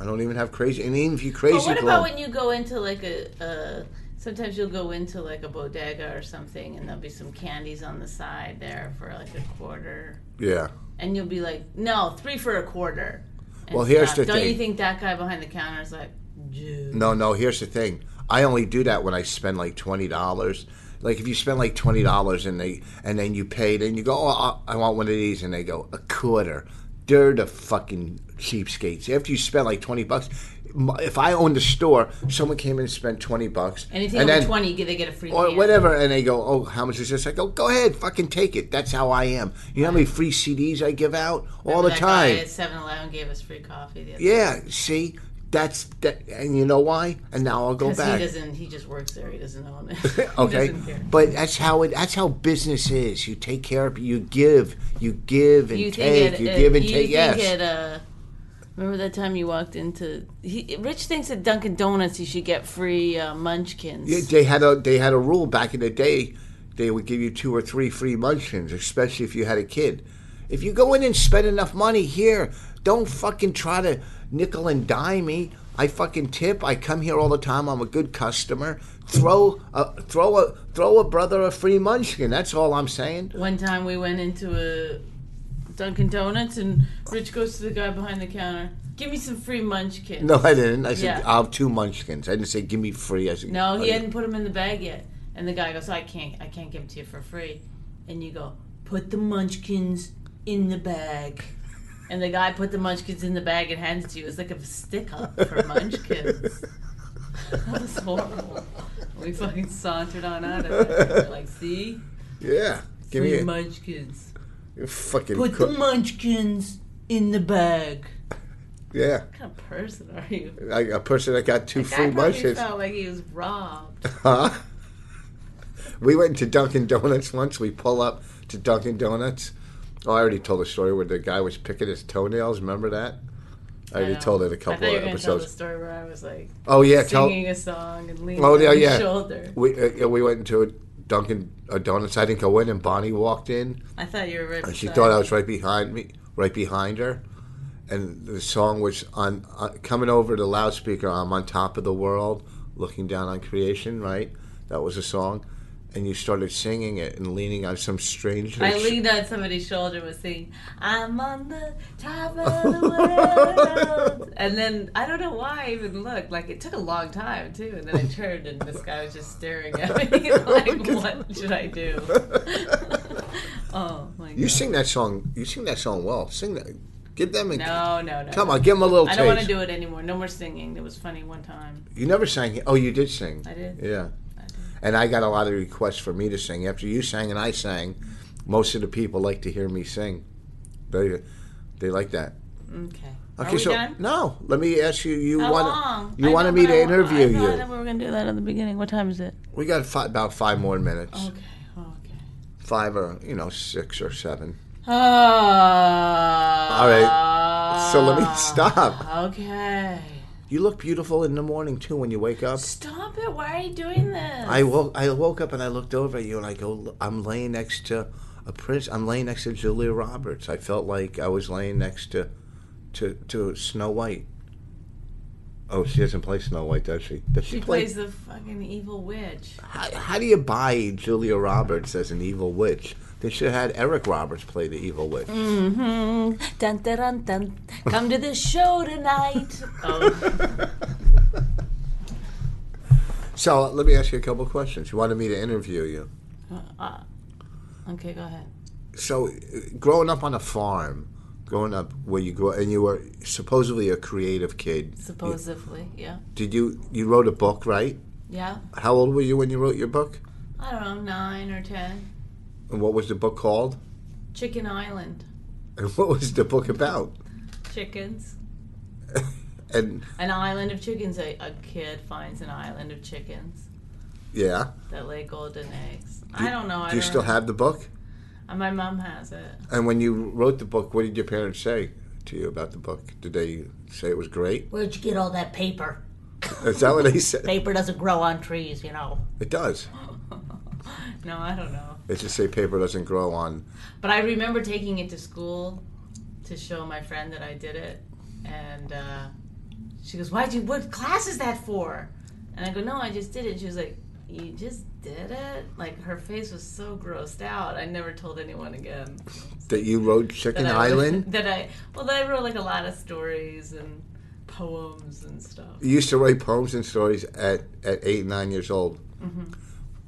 [SPEAKER 1] I don't even have crazy. And even if you crazy
[SPEAKER 2] Hmm. But what
[SPEAKER 1] glow,
[SPEAKER 2] about when you go into like a, a sometimes you'll go into like a bodega or something and there'll be some candies on the side there for like a quarter
[SPEAKER 1] yeah,
[SPEAKER 2] and you'll be like no three for a quarter and
[SPEAKER 1] Well, here's the
[SPEAKER 2] don't
[SPEAKER 1] thing.
[SPEAKER 2] you think that guy behind the counter is like Dude.
[SPEAKER 1] no, no. Here's the thing. I only do that when I spend like twenty dollars. Like if you spend like twenty dollars and they and then you pay, then you go, oh, I I want one of these, and they go a quarter. They're the fucking cheapskates. After you spend like twenty bucks, m- if I owned a store, someone came in and spent twenty bucks,
[SPEAKER 2] anything
[SPEAKER 1] and
[SPEAKER 2] over
[SPEAKER 1] then-
[SPEAKER 2] 20 get- they get a free
[SPEAKER 1] or
[SPEAKER 2] can.
[SPEAKER 1] whatever, and they go, "Oh, how much is this?" I go, "Go ahead, fucking take it." That's how I am. You know how many free CDs I give out all
[SPEAKER 2] Remember
[SPEAKER 1] the
[SPEAKER 2] that guy
[SPEAKER 1] time?
[SPEAKER 2] at 7-eleven gave us free coffee the other
[SPEAKER 1] Yeah, see, that's that, and you know why? And now I'll go
[SPEAKER 2] because he
[SPEAKER 1] back.
[SPEAKER 2] doesn't he just works there he doesn't own it He
[SPEAKER 1] Okay,
[SPEAKER 2] doesn't care.
[SPEAKER 1] but that's how it. That's how business is. You take care of. You give. You give and
[SPEAKER 2] you
[SPEAKER 1] take.
[SPEAKER 2] think it,
[SPEAKER 1] you
[SPEAKER 2] uh,
[SPEAKER 1] give and
[SPEAKER 2] you
[SPEAKER 1] take.
[SPEAKER 2] Think
[SPEAKER 1] Yes.
[SPEAKER 2] it, uh, remember that time you walked into he, Rich thinks at Dunkin' Donuts he should get free uh, Munchkins.
[SPEAKER 1] Yeah, they had a they had a rule back in the day. They would give you two or three free munchkins, especially if you had a kid. If you go in and spend enough money here, don't fucking try to nickel and dime me. I fucking tip. I come here all the time. I'm a good customer. Throw a throw a throw a brother a free munchkin. That's all I'm saying.
[SPEAKER 2] One time we went into a Dunkin' Donuts and Rich goes to the guy behind the counter, "Give me some free Munchkins."
[SPEAKER 1] No, I didn't. I said
[SPEAKER 2] Yeah.
[SPEAKER 1] I'll have two munchkins. I didn't say give me free. I said
[SPEAKER 2] No, he hadn't put them in the bag yet. And the guy goes, I can't, I can't give it to you for free. And you go, put the munchkins in the bag. And the guy put the munchkins in the bag and hands it to you. It's like a stick up for munchkins. that was horrible. We fucking sauntered on out of it. We're like, see,
[SPEAKER 1] Yeah. Give
[SPEAKER 2] free
[SPEAKER 1] me
[SPEAKER 2] munchkins.
[SPEAKER 1] a, a fucking
[SPEAKER 2] Put the
[SPEAKER 1] cook.
[SPEAKER 2] munchkins in the bag.
[SPEAKER 1] yeah.
[SPEAKER 2] What kind of person are you?
[SPEAKER 1] I, a person that got two
[SPEAKER 2] That
[SPEAKER 1] free
[SPEAKER 2] probably
[SPEAKER 1] munches.
[SPEAKER 2] felt like he was robbed.
[SPEAKER 1] Huh? We went to Dunkin' Donuts once. We pull up to Dunkin' Donuts. Oh, I already told the story where the guy was picking his toenails. Remember that? I already
[SPEAKER 2] know.
[SPEAKER 1] told it a
[SPEAKER 2] I thought
[SPEAKER 1] couple
[SPEAKER 2] you were
[SPEAKER 1] of
[SPEAKER 2] gonna tell the
[SPEAKER 1] episodes.
[SPEAKER 2] story where I was like
[SPEAKER 1] Oh yeah, tell
[SPEAKER 2] singing a song and leaning
[SPEAKER 1] Oh,
[SPEAKER 2] on
[SPEAKER 1] yeah,
[SPEAKER 2] his
[SPEAKER 1] yeah.
[SPEAKER 2] shoulder.
[SPEAKER 1] We uh, yeah, we went into a Dunkin' uh, Donuts. I didn't go in, and Bonnie walked in,
[SPEAKER 2] I thought you were right.
[SPEAKER 1] and she
[SPEAKER 2] beside
[SPEAKER 1] thought
[SPEAKER 2] me.
[SPEAKER 1] I was right behind me, right behind her. And the song was on uh, coming over the loudspeaker. I'm on top of the world, looking down on creation. Right, that was a song, and you started singing it and leaning on some stranger.
[SPEAKER 2] I leaned on somebody's shoulder and was singing, I'm on the top of the world. and then I don't know why I even looked. Like it took a long time too. And then I turned and this guy was just staring at me like, what should I do? oh my god.
[SPEAKER 1] You sing that song. You sing that song well. Sing that. Give them a
[SPEAKER 2] no, no, no.
[SPEAKER 1] come
[SPEAKER 2] no.
[SPEAKER 1] on. Give them a little
[SPEAKER 2] I
[SPEAKER 1] taste.
[SPEAKER 2] don't want to do it anymore. No more singing. That was funny one time.
[SPEAKER 1] You never sang. Oh, you did sing.
[SPEAKER 2] I did.
[SPEAKER 1] Yeah.
[SPEAKER 2] I did.
[SPEAKER 1] And I got a lot of requests for me to sing. After you sang and I sang, most of the people like to hear me sing. They, they like that.
[SPEAKER 2] Okay.
[SPEAKER 1] Okay,
[SPEAKER 2] Are we
[SPEAKER 1] so
[SPEAKER 2] done?
[SPEAKER 1] no. Let me ask you. You
[SPEAKER 2] How
[SPEAKER 1] want
[SPEAKER 2] long?
[SPEAKER 1] you
[SPEAKER 2] I
[SPEAKER 1] wanted
[SPEAKER 2] know,
[SPEAKER 1] me
[SPEAKER 2] but
[SPEAKER 1] to
[SPEAKER 2] I wa-
[SPEAKER 1] interview
[SPEAKER 2] I thought
[SPEAKER 1] you.
[SPEAKER 2] that we were going to do that at the beginning. What time is it?
[SPEAKER 1] We got fi- about five more minutes.
[SPEAKER 2] Okay. Okay.
[SPEAKER 1] Five or you know six or seven.
[SPEAKER 2] Uh, All
[SPEAKER 1] right. So let
[SPEAKER 2] Ah.
[SPEAKER 1] me stop.
[SPEAKER 2] Okay.
[SPEAKER 1] You look beautiful in the morning too when you wake up.
[SPEAKER 2] Stop it. Why are you doing this?
[SPEAKER 1] I woke I woke up and I looked over at you and I go I'm laying next to a prince I'm laying next to Julia Roberts. I felt like I was laying next to to to Snow White. Oh, she doesn't play Snow White, does she? Does she,
[SPEAKER 2] She
[SPEAKER 1] play?
[SPEAKER 2] plays the fucking evil witch.
[SPEAKER 1] How, how do you buy Julia Roberts as an evil witch? They should have had Eric Roberts play the evil witch.
[SPEAKER 2] Hmm. Dun, dun, dun, dun. Come to the show tonight. oh,
[SPEAKER 1] So uh, let me ask you a couple of questions. You wanted me to interview you.
[SPEAKER 2] uh, okay, go ahead.
[SPEAKER 1] So, uh, growing up on a farm, growing up where you grew, and you were supposedly a creative kid.
[SPEAKER 2] Supposedly, yeah.
[SPEAKER 1] Did you you wrote a book, right?
[SPEAKER 2] Yeah.
[SPEAKER 1] How old were you when you wrote your book?
[SPEAKER 2] I don't know, nine or ten.
[SPEAKER 1] And what was the book called?
[SPEAKER 2] Chicken Island.
[SPEAKER 1] And what was the book about?
[SPEAKER 2] Chickens.
[SPEAKER 1] And
[SPEAKER 2] An island of chickens. A, a kid finds an island of chickens
[SPEAKER 1] yeah,
[SPEAKER 2] that lay golden eggs. I don't know. I
[SPEAKER 1] do you
[SPEAKER 2] don't
[SPEAKER 1] still have the book?
[SPEAKER 2] Uh, My mom has it.
[SPEAKER 1] And when you wrote the book, what did your parents say to you about the book? Did they say it was great?
[SPEAKER 3] Where'd you get all that paper?
[SPEAKER 1] Is that what they said?
[SPEAKER 3] Paper doesn't grow on trees, you know.
[SPEAKER 1] It does.
[SPEAKER 2] No, I don't know.
[SPEAKER 1] They just say paper doesn't grow on.
[SPEAKER 2] But I remember taking it to school to show my friend that I did it, and uh, she goes, "Why'd you? What class is that for?" And I go, "No, I just did it." She was like, "You just did it?" Like her face was so grossed out. I never told anyone again.
[SPEAKER 1] That you wrote Chicken
[SPEAKER 2] that I-
[SPEAKER 1] Island.
[SPEAKER 2] that I well, that I wrote like a lot of stories and poems and stuff.
[SPEAKER 1] You used to write poems and stories at, at eight nine years old.
[SPEAKER 2] Mm-hmm.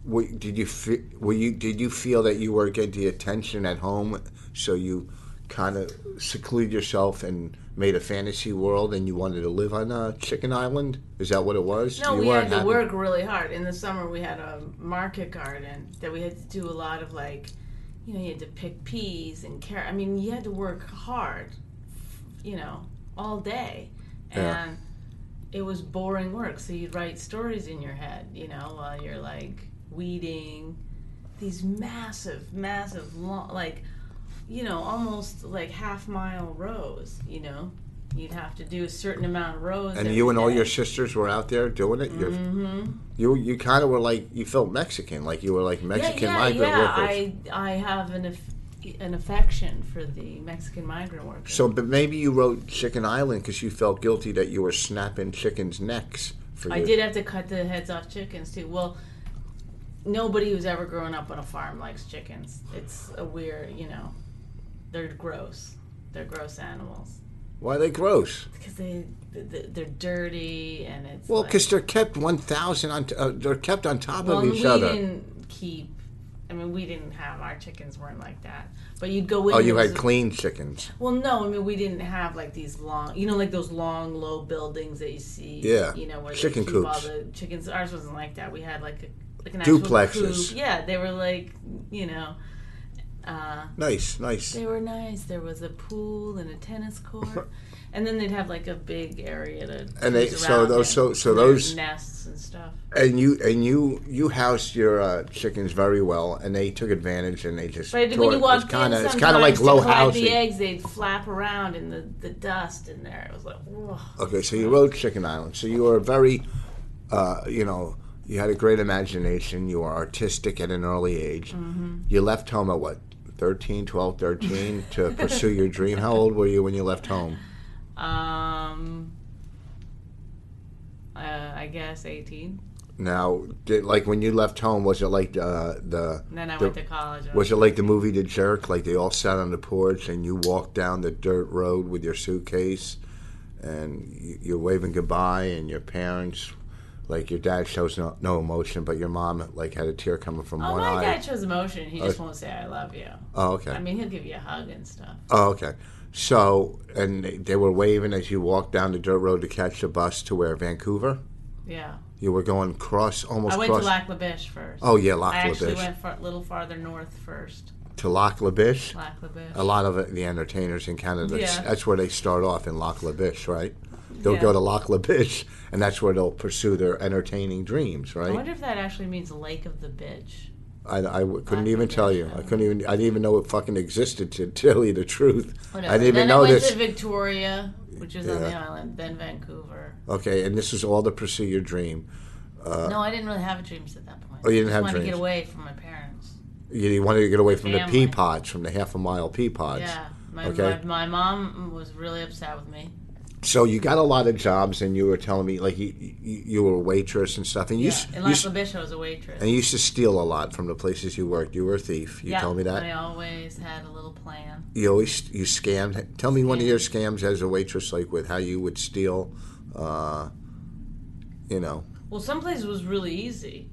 [SPEAKER 1] Were, did you fe- were you did you feel that you were getting the attention at home, so you kind of secluded yourself and made a fantasy world, and you wanted to live on a chicken island? Is that what it was?
[SPEAKER 2] No,
[SPEAKER 1] you
[SPEAKER 2] we had
[SPEAKER 1] weren't
[SPEAKER 2] to
[SPEAKER 1] happy-
[SPEAKER 2] work really hard. In the summer, we had a market garden that we had to do a lot of like, you know, you had to pick peas and carrot. I mean, you had to work hard, you know, all day,
[SPEAKER 1] Yeah.
[SPEAKER 2] and it was boring work. So you'd write stories in your head, you know, while you're like weeding these massive, massive, long, like, you know, almost like half mile rows. You know, you'd have to do a certain amount of rows.
[SPEAKER 1] And
[SPEAKER 2] every
[SPEAKER 1] you and all
[SPEAKER 2] day. Mm-hmm.
[SPEAKER 1] your sisters were out there doing it. You're- You you kind of were like you felt Mexican, like you were like Mexican
[SPEAKER 2] yeah,
[SPEAKER 1] migrant
[SPEAKER 2] yeah.
[SPEAKER 1] workers.
[SPEAKER 2] I I have an aff- an affection for the Mexican migrant workers.
[SPEAKER 1] So, but maybe you wrote Chicken Island because you felt guilty that you were snapping chickens' necks. For
[SPEAKER 2] I
[SPEAKER 1] your-
[SPEAKER 2] did have to cut the heads off chickens too. Well, nobody who's ever grown up on a farm likes chickens. It's a weird, you know, they're gross. They're gross animals.
[SPEAKER 1] Why are they gross?
[SPEAKER 2] because they th- they're dirty and it's
[SPEAKER 1] Well,
[SPEAKER 2] like,
[SPEAKER 1] because they're kept one thousand on. T- uh, they're kept on top
[SPEAKER 2] Well,
[SPEAKER 1] of
[SPEAKER 2] and
[SPEAKER 1] each
[SPEAKER 2] we
[SPEAKER 1] other.
[SPEAKER 2] didn't keep. I mean, we didn't have our chickens weren't like that. But you'd go in.
[SPEAKER 1] Oh, you
[SPEAKER 2] there
[SPEAKER 1] had
[SPEAKER 2] was a-
[SPEAKER 1] clean chickens.
[SPEAKER 2] Well, no, I mean we didn't have like these long, you know, like those long, low buildings that you see.
[SPEAKER 1] Yeah.
[SPEAKER 2] You know where
[SPEAKER 1] Chicken
[SPEAKER 2] they keep all
[SPEAKER 1] coops.
[SPEAKER 2] the chickens. Ours wasn't like that. We had like a, like an actual
[SPEAKER 1] Duplexes.
[SPEAKER 2] coop. Yeah, they were like you know, uh,
[SPEAKER 1] Nice, nice.
[SPEAKER 2] they were nice. There was a pool and a tennis court, and then they'd have like a big area to.
[SPEAKER 1] And they-
[SPEAKER 2] cruise
[SPEAKER 1] so
[SPEAKER 2] around
[SPEAKER 1] those-
[SPEAKER 2] in,
[SPEAKER 1] so- so
[SPEAKER 2] and their
[SPEAKER 1] those-
[SPEAKER 2] nests and stuff.
[SPEAKER 1] And you and you you housed your uh, chickens very well, and they took advantage, and they just.
[SPEAKER 2] But
[SPEAKER 1] tore
[SPEAKER 2] when
[SPEAKER 1] it.
[SPEAKER 2] you
[SPEAKER 1] It was
[SPEAKER 2] walked
[SPEAKER 1] kinda,
[SPEAKER 2] in,
[SPEAKER 1] it's kind of like
[SPEAKER 2] sometimes
[SPEAKER 1] low
[SPEAKER 2] to collect
[SPEAKER 1] housing.
[SPEAKER 2] The eggs they'd flap around in the, the dust in there. It was like, whoa.
[SPEAKER 1] Okay, so you wrote Chicken Island. So you were very, uh, you know, you had a great imagination. You were artistic at an early age.
[SPEAKER 2] Mm-hmm.
[SPEAKER 1] You left home at what, 13, 12, 13 to pursue your dream? How old were you when you left home?
[SPEAKER 2] Um, uh, I guess eighteen.
[SPEAKER 1] Now, did, like when you left home, was it like uh, the.
[SPEAKER 2] And then I
[SPEAKER 1] the-
[SPEAKER 2] went to college.
[SPEAKER 1] Was it like the movie The Jerk? Like they all sat on the porch and you walked down the dirt road with your suitcase and you- you're waving goodbye and your parents, like your dad shows no, no emotion, but your mom like had a tear coming from
[SPEAKER 2] Oh,
[SPEAKER 1] one
[SPEAKER 2] my
[SPEAKER 1] eye. Uh,
[SPEAKER 2] dad shows emotion. He just won't say I love you.
[SPEAKER 1] Oh, okay.
[SPEAKER 2] I mean, he'll give you a hug and stuff.
[SPEAKER 1] oh, okay. So, and they- they were waving as you walked down the dirt road to catch the bus to where Vancouver.
[SPEAKER 2] Yeah.
[SPEAKER 1] You were going cross, almost
[SPEAKER 2] I went
[SPEAKER 1] cross.
[SPEAKER 2] to Lac La Biche first.
[SPEAKER 1] oh yeah, Lac
[SPEAKER 2] I
[SPEAKER 1] La
[SPEAKER 2] actually
[SPEAKER 1] Biche
[SPEAKER 2] went far, a little farther north first.
[SPEAKER 1] to Lac La Biche.
[SPEAKER 2] Lac La Biche.
[SPEAKER 1] a lot of the entertainers in Canada,
[SPEAKER 2] Yeah.
[SPEAKER 1] that's where they start off in Loch Biche, right? They'll
[SPEAKER 2] Yeah.
[SPEAKER 1] go to Loch Biche, and that's where they'll pursue their entertaining dreams,
[SPEAKER 2] I
[SPEAKER 1] right?
[SPEAKER 2] wonder if that actually means Lake of the Bitch.
[SPEAKER 1] I, I w- couldn't
[SPEAKER 2] Lac La
[SPEAKER 1] even tell
[SPEAKER 2] Biche,
[SPEAKER 1] you.
[SPEAKER 2] I
[SPEAKER 1] I couldn't even. I didn't even know it fucking existed. To tell you the truth, I didn't
[SPEAKER 2] Whatever.
[SPEAKER 1] even
[SPEAKER 2] Oh, then
[SPEAKER 1] know
[SPEAKER 2] I went
[SPEAKER 1] this.
[SPEAKER 2] to Victoria, which is on the
[SPEAKER 1] Yeah.
[SPEAKER 2] island, then Vancouver.
[SPEAKER 1] okay, and this is all to pursue your dream.
[SPEAKER 2] no, I didn't really have dreams at that point.
[SPEAKER 1] Uh, Oh, you didn't
[SPEAKER 2] I just
[SPEAKER 1] have
[SPEAKER 2] wanted
[SPEAKER 1] dreams.
[SPEAKER 2] to get away from my parents.
[SPEAKER 1] You, you wanted to get away from the
[SPEAKER 2] Family.
[SPEAKER 1] pea pods, from the half a mile pea pods.
[SPEAKER 2] Yeah. My,
[SPEAKER 1] Okay.
[SPEAKER 2] my, my mom was really upset with me.
[SPEAKER 1] So you got a lot of jobs, and you were telling me like you you, you were a waitress and stuff, and you
[SPEAKER 2] Yeah.
[SPEAKER 1] s-
[SPEAKER 2] In
[SPEAKER 1] you
[SPEAKER 2] Las
[SPEAKER 1] s-
[SPEAKER 2] Labish, I was a waitress.
[SPEAKER 1] and you used to steal a lot from the places you worked. You were a thief. You
[SPEAKER 2] yeah,
[SPEAKER 1] told me that.
[SPEAKER 2] I always had a little plan.
[SPEAKER 1] you always you scam. Tell me one of your scams as a waitress, like with how you would steal. Uh, you know,
[SPEAKER 2] Well, some places was really easy.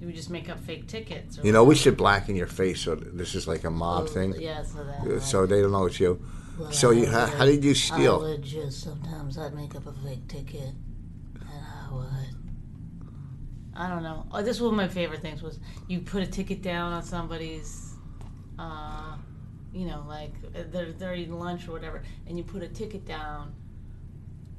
[SPEAKER 2] You would just make up fake tickets. Or
[SPEAKER 1] you know, we should blacken your face. So this is like a
[SPEAKER 2] Oh,
[SPEAKER 1] mob thing,
[SPEAKER 3] Yeah, so that.
[SPEAKER 1] so they don't know it's you.
[SPEAKER 3] Well,
[SPEAKER 1] so
[SPEAKER 3] I
[SPEAKER 1] you, how,
[SPEAKER 3] would-
[SPEAKER 1] how did you
[SPEAKER 3] I
[SPEAKER 1] steal?
[SPEAKER 3] would just sometimes I'd make up a fake ticket, and I would.
[SPEAKER 2] I don't know. Oh, this was one of my favorite things was you put a ticket down on somebody's, uh, you know, like uh, they're they're eating lunch or whatever, and you put a ticket down,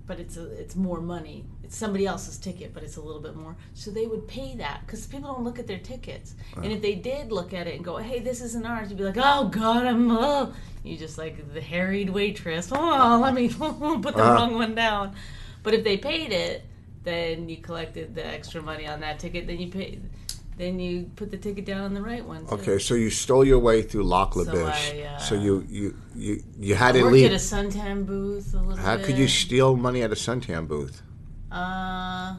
[SPEAKER 2] but it's a, it's more money. It's somebody else's ticket, but it's a little bit more. So they would pay that because people don't look at their tickets, and if they did look at it and go, "Hey, this isn't ours," you'd be like, "Oh God, I'm oh," you just like the harried waitress. Oh, let me put the wrong one down. But if they paid it, then you collected the extra money on that ticket. Then you pay, then you put the ticket down on the right one. too.
[SPEAKER 1] Okay, so you stole your way through Loch
[SPEAKER 2] So
[SPEAKER 1] Labish.
[SPEAKER 2] I, uh,
[SPEAKER 1] So you you you you had to
[SPEAKER 2] Worked at a
[SPEAKER 1] leave.
[SPEAKER 2] suntan booth a little
[SPEAKER 1] How
[SPEAKER 2] bit.
[SPEAKER 1] could you steal money at a suntan booth?
[SPEAKER 2] Uh,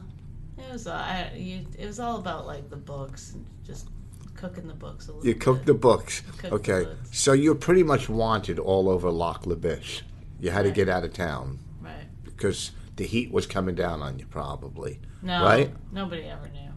[SPEAKER 2] it was all, I, you, it was all about like the books and just cooking the books a little.
[SPEAKER 1] You cooked the books.
[SPEAKER 2] Cooked the
[SPEAKER 1] okay,
[SPEAKER 2] books.
[SPEAKER 1] so you're pretty much wanted all over Loch Labish. You had to
[SPEAKER 2] Right.
[SPEAKER 1] get out of town.
[SPEAKER 2] right.
[SPEAKER 1] because the heat was coming down on you probably.
[SPEAKER 2] No,
[SPEAKER 1] Right?
[SPEAKER 2] Nobody ever knew.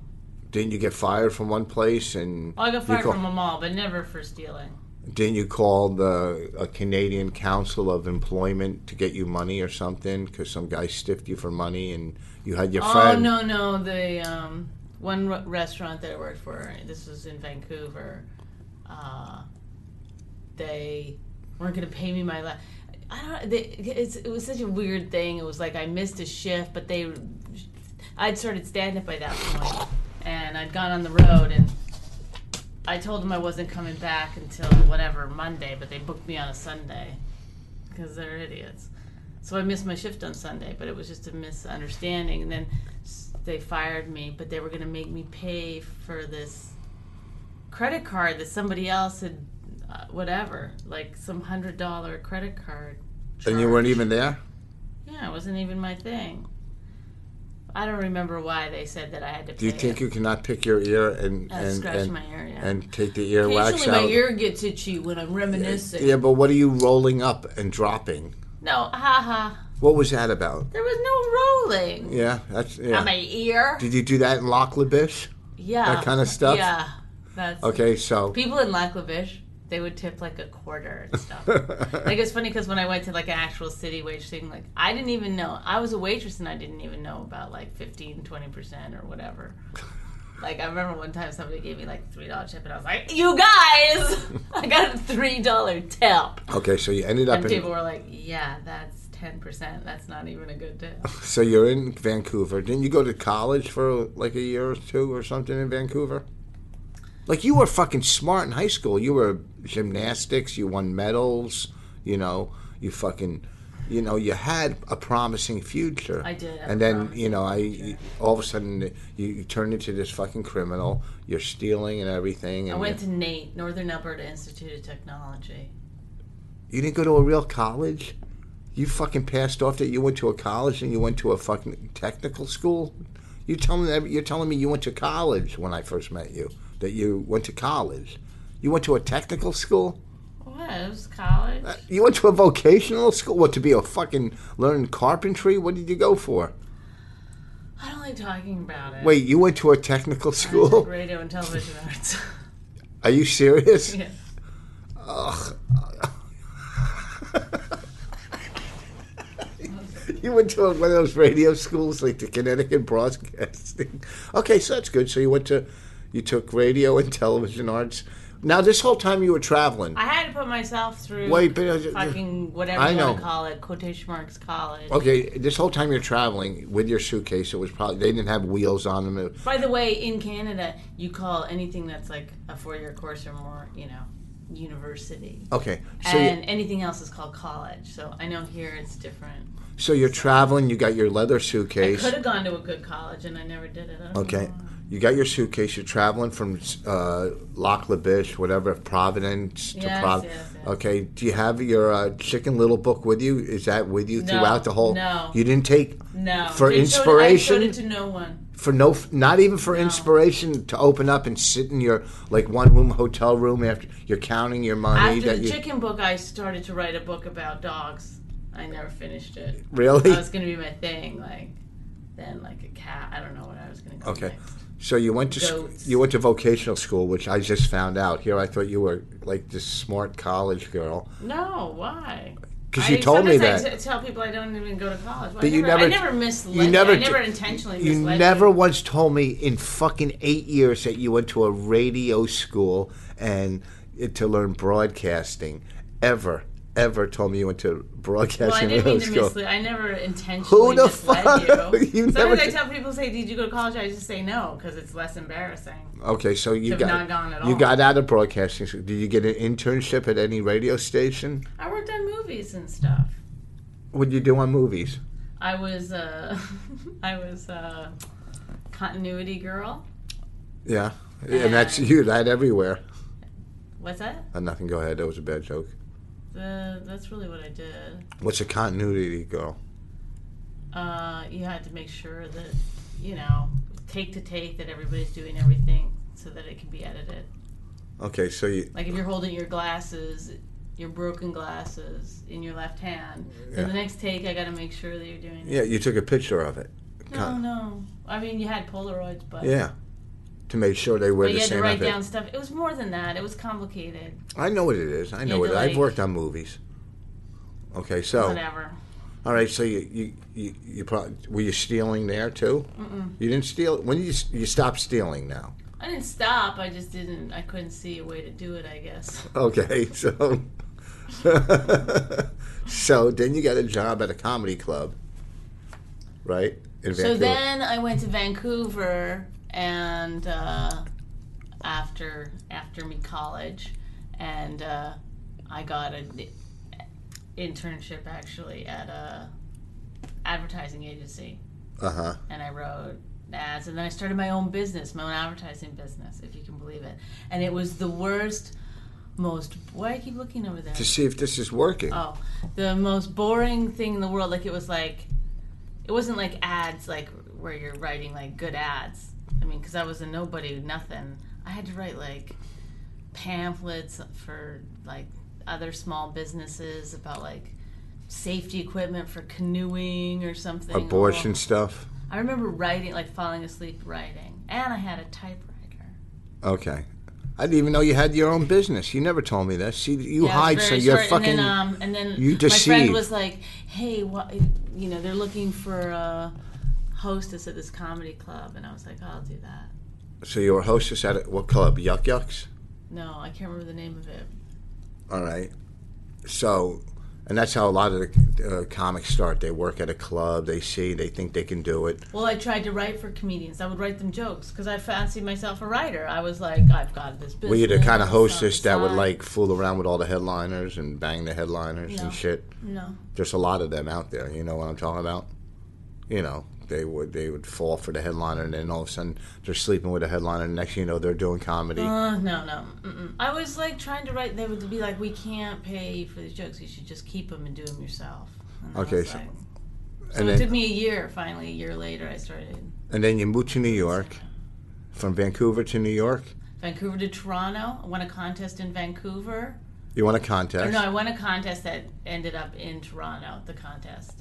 [SPEAKER 1] Didn't you get fired from one place and
[SPEAKER 2] Well, I got
[SPEAKER 1] you
[SPEAKER 2] fired
[SPEAKER 1] call-
[SPEAKER 2] from them all, but never for stealing.
[SPEAKER 1] didn't you call the a Canadian Council of Employment to get you money or something because some guy stiffed you for money and you had your
[SPEAKER 2] Oh
[SPEAKER 1] friend
[SPEAKER 2] no, no, the um, one r- restaurant that I worked for. This was in Vancouver. Uh, they weren't going to pay me my last. I don't. They, it's, it was such a weird thing. It was like I missed a shift, but they, I'd started stand up by that point, and I'd gone on the road, and I told them I wasn't coming back until whatever Monday, but they booked me on a Sunday because they're idiots. So I missed my shift on Sunday, but it was just a misunderstanding. And then s- they fired me, but they were going to make me pay for this credit card that somebody else had, uh, whatever, like some hundred dollar credit card.
[SPEAKER 1] and you
[SPEAKER 2] charge.
[SPEAKER 1] weren't even there.
[SPEAKER 2] Yeah, it wasn't even my thing. I don't remember why they said that I had to. Pay
[SPEAKER 1] Do you think you cannot pick your ear and
[SPEAKER 2] I
[SPEAKER 1] and
[SPEAKER 2] scratched
[SPEAKER 1] and,
[SPEAKER 2] Uh, my ear? Yeah.
[SPEAKER 1] and take the earwax
[SPEAKER 2] Occasionally, my
[SPEAKER 1] out?
[SPEAKER 2] ear gets itchy when I'm reminiscing.
[SPEAKER 1] yeah, but what are you rolling up and dropping?
[SPEAKER 2] No, haha.
[SPEAKER 1] What was that about?
[SPEAKER 2] There was no rolling.
[SPEAKER 1] Yeah, that's yeah.
[SPEAKER 2] On my ear.
[SPEAKER 1] Did you do that in Lachlebish?
[SPEAKER 2] yeah.
[SPEAKER 1] that kinda stuff?
[SPEAKER 2] Yeah. That's
[SPEAKER 1] Okay, so
[SPEAKER 2] people in Laklavish. They would tip like a quarter and stuff. like it's funny because when I went to like an actual city wage thing, like I didn't even know. I was a waitress and I didn't even know about like 15, 20 percent or whatever. Like I remember one time somebody gave me like three dollar tip and I was like, "You guys, I got a three dollar tip."
[SPEAKER 1] okay, so you ended up
[SPEAKER 2] And people
[SPEAKER 1] in
[SPEAKER 2] were like, "Yeah, that's ten percent. That's not even a good tip."
[SPEAKER 1] so you're in Vancouver. Didn't you go to college for like a year or two or something in Vancouver? Like you were fucking smart in high school. You were gymnastics. You won medals. You know, you fucking, you know, you had a promising future.
[SPEAKER 2] I did have
[SPEAKER 1] And
[SPEAKER 2] a
[SPEAKER 1] then you know, I all of a sudden you, you turned into this fucking criminal. You're stealing and everything. And
[SPEAKER 2] I went
[SPEAKER 1] you-
[SPEAKER 2] to Nate Northern Alberta Institute of Technology.
[SPEAKER 1] You didn't go to a real college? You fucking passed off that you went to a college and you went to a fucking technical school? You tell me that, you're telling me you went to college when I first met you. That you went to college. You went to a technical school?
[SPEAKER 2] What? It was college.
[SPEAKER 1] You went to a vocational school? What to be a fucking learn carpentry? What did you go for?
[SPEAKER 2] I don't like talking about it.
[SPEAKER 1] Wait, you went to a technical
[SPEAKER 2] I took
[SPEAKER 1] school?
[SPEAKER 2] radio and television arts.
[SPEAKER 1] Are you serious?
[SPEAKER 2] yeah.
[SPEAKER 1] You went to one of those radio schools like the Connecticut Broadcasting. Okay, so that's good. So you went to, you took radio and television arts. Now this whole time you were traveling.
[SPEAKER 2] I had to put myself through
[SPEAKER 1] Wait, but uh,
[SPEAKER 2] fucking whatever
[SPEAKER 1] I
[SPEAKER 2] you want
[SPEAKER 1] know.
[SPEAKER 2] to call it, quotation marks college.
[SPEAKER 1] okay, this whole time you're traveling with your suitcase. It was probably they didn't have wheels on them. It-
[SPEAKER 2] By the way, in Canada, you call anything that's like a four year course or more, you know, university.
[SPEAKER 1] Okay, so
[SPEAKER 2] and
[SPEAKER 1] you,
[SPEAKER 2] anything else is called college. So I know here it's different.
[SPEAKER 1] so you're traveling. You got your leather
[SPEAKER 2] I
[SPEAKER 1] suitcase.
[SPEAKER 2] could have gone to a good college and I never did it. I don't
[SPEAKER 1] Okay.
[SPEAKER 2] know.
[SPEAKER 1] You got your suitcase. You're traveling from uh, Lac La Biche, whatever, Providence to
[SPEAKER 2] Yes,
[SPEAKER 1] Providence.
[SPEAKER 2] yes, yes.
[SPEAKER 1] Okay. Do you have your uh, Chicken Little book with you? Is that with you
[SPEAKER 2] No,
[SPEAKER 1] throughout the whole?
[SPEAKER 2] no.
[SPEAKER 1] You didn't take
[SPEAKER 2] No.
[SPEAKER 1] For
[SPEAKER 2] Didn't show it-
[SPEAKER 1] inspiration?
[SPEAKER 2] I showed it to no one.
[SPEAKER 1] for no, not even for inspiration to open up and sit in your like one room hotel room after you're counting your money
[SPEAKER 2] After
[SPEAKER 1] that
[SPEAKER 2] the
[SPEAKER 1] you
[SPEAKER 2] chicken book, I started to write a book about dogs. I never finished it.
[SPEAKER 1] really.
[SPEAKER 2] That was gonna be my thing, like then like a cat. I don't know what I was gonna call
[SPEAKER 1] Okay.
[SPEAKER 2] next.
[SPEAKER 1] So you went to sc-
[SPEAKER 2] Goats.
[SPEAKER 1] you went to vocational school, which I just found out here. I thought you were like this smart college girl
[SPEAKER 2] No, why?
[SPEAKER 1] because
[SPEAKER 2] I-
[SPEAKER 1] you told me
[SPEAKER 2] sometimes
[SPEAKER 1] that.
[SPEAKER 2] I t- tell people I don't even go to college. Well,
[SPEAKER 1] But
[SPEAKER 2] I
[SPEAKER 1] you
[SPEAKER 2] never,
[SPEAKER 1] never-
[SPEAKER 2] I never misled.
[SPEAKER 1] you
[SPEAKER 2] You
[SPEAKER 1] never
[SPEAKER 2] never, I
[SPEAKER 1] t-
[SPEAKER 2] never intentionally
[SPEAKER 1] You
[SPEAKER 2] misled.
[SPEAKER 1] never once told me in fucking eight years that you went to a radio school and to learn broadcasting. Ever, ever told me you went to broadcasting
[SPEAKER 2] Well, I didn't
[SPEAKER 1] radio
[SPEAKER 2] mean to
[SPEAKER 1] school.
[SPEAKER 2] mislead. I never intentionally
[SPEAKER 1] Who the
[SPEAKER 2] misled
[SPEAKER 1] fuck?
[SPEAKER 2] you.
[SPEAKER 1] You
[SPEAKER 2] Sometimes
[SPEAKER 1] never
[SPEAKER 2] I
[SPEAKER 1] did.
[SPEAKER 2] tell people, say, "Did you go to college?" I just say no because it's less embarrassing.
[SPEAKER 1] okay, so you
[SPEAKER 2] Have
[SPEAKER 1] got
[SPEAKER 2] not gone at
[SPEAKER 1] you
[SPEAKER 2] all.
[SPEAKER 1] got out of broadcasting. school. Did you get an internship at any radio station?
[SPEAKER 2] I worked on movies and stuff.
[SPEAKER 1] What did you do on movies?
[SPEAKER 2] I was, uh, I was uh, continuity girl.
[SPEAKER 1] Yeah, and that's you. That everywhere.
[SPEAKER 2] What's that?
[SPEAKER 1] Uh, nothing. Go ahead. That was a bad joke.
[SPEAKER 2] The, that's really what I did.
[SPEAKER 1] What's a continuity girl?
[SPEAKER 2] uh, you had to make sure that you know take to take that everybody's doing everything so that it can be edited
[SPEAKER 1] Okay, so you
[SPEAKER 2] like if you're holding your glasses your broken glasses in your left hand so
[SPEAKER 1] Yeah.
[SPEAKER 2] the next take i got to make sure that you're doing it
[SPEAKER 1] yeah you took a picture of it.
[SPEAKER 2] no no i mean you had polaroids but
[SPEAKER 1] Yeah. To make sure they wear the
[SPEAKER 2] But you had to
[SPEAKER 1] same
[SPEAKER 2] write
[SPEAKER 1] outfit.
[SPEAKER 2] down stuff. It was more than that. It was complicated.
[SPEAKER 1] I know what it is. I know
[SPEAKER 2] had
[SPEAKER 1] what it
[SPEAKER 2] to,
[SPEAKER 1] I've
[SPEAKER 2] like-
[SPEAKER 1] worked on movies. Okay, so
[SPEAKER 2] Whatever.
[SPEAKER 1] all right, so you you you, you probably, were you stealing there too? Mm-mm. You didn't steal. When did you s- you stop stealing now?
[SPEAKER 2] I didn't stop. I just didn't. I couldn't see a way to do it. I guess.
[SPEAKER 1] Okay, so so then you got a job at a comedy club, right? In
[SPEAKER 2] So then I went to Vancouver, and uh, after after me college, and uh, I got an internship actually at a advertising agency,
[SPEAKER 1] uh huh.
[SPEAKER 2] and I wrote ads, and then I started my own business, my own advertising business, if you can believe it, and it was the worst, most. Why do I keep looking over there?
[SPEAKER 1] To see if this is working.
[SPEAKER 2] Oh, the most boring thing in the world. Like it was like, it wasn't like ads like where you're writing like good ads. I mean, because I was a nobody, nothing. I had to write like pamphlets for like other small businesses about like safety equipment for canoeing or something.
[SPEAKER 1] Abortion
[SPEAKER 2] Oh,
[SPEAKER 1] stuff.
[SPEAKER 2] I remember writing, like falling asleep writing, and I had a typewriter.
[SPEAKER 1] Okay. I didn't even know you had your own business. You never told me this. You, you
[SPEAKER 2] Yeah, it was
[SPEAKER 1] hide, so
[SPEAKER 2] very
[SPEAKER 1] you're
[SPEAKER 2] short,
[SPEAKER 1] fucking.
[SPEAKER 2] And then, um, and then
[SPEAKER 1] you
[SPEAKER 2] My
[SPEAKER 1] deceive.
[SPEAKER 2] friend was like, "Hey, what? You know, they're looking for a hostess at this comedy club," and I was like, "I'll do that."
[SPEAKER 1] so you were a hostess at a, what club? Yuck Yucks.
[SPEAKER 2] No, I can't remember the name of it.
[SPEAKER 1] All right. So, and that's how a lot of the uh, comics start. They work at a club. They see. They think they can do it.
[SPEAKER 2] Well, I tried to write for comedians. I would write them jokes because I fancied myself a writer. I was like, "I've got this business."
[SPEAKER 1] Were you the kind of
[SPEAKER 2] on
[SPEAKER 1] hostess that would
[SPEAKER 2] side."
[SPEAKER 1] like fool around with all the headliners and bang the headliners
[SPEAKER 2] No.
[SPEAKER 1] and shit?
[SPEAKER 2] No,
[SPEAKER 1] There's a lot of them out there. You know what I'm talking about? You know, they would they would fall for the headliner, and then all of a sudden they're sleeping with a headliner. And next thing you know, they're doing comedy.
[SPEAKER 2] uh, no, no. Mm-mm. I was like trying to write. They would be like, "We can't pay you for these jokes. You should just keep them and do them yourself." And I
[SPEAKER 1] Okay,
[SPEAKER 2] was
[SPEAKER 1] so-
[SPEAKER 2] like-
[SPEAKER 1] and
[SPEAKER 2] So it
[SPEAKER 1] then
[SPEAKER 2] took me a year. Finally, a year later, I started
[SPEAKER 1] and then you move to New York, from Vancouver to New York.
[SPEAKER 2] Vancouver to Toronto. I won a contest in Vancouver.
[SPEAKER 1] You want a
[SPEAKER 2] Or
[SPEAKER 1] contest?
[SPEAKER 2] no, I won a contest that ended up in Toronto. The contest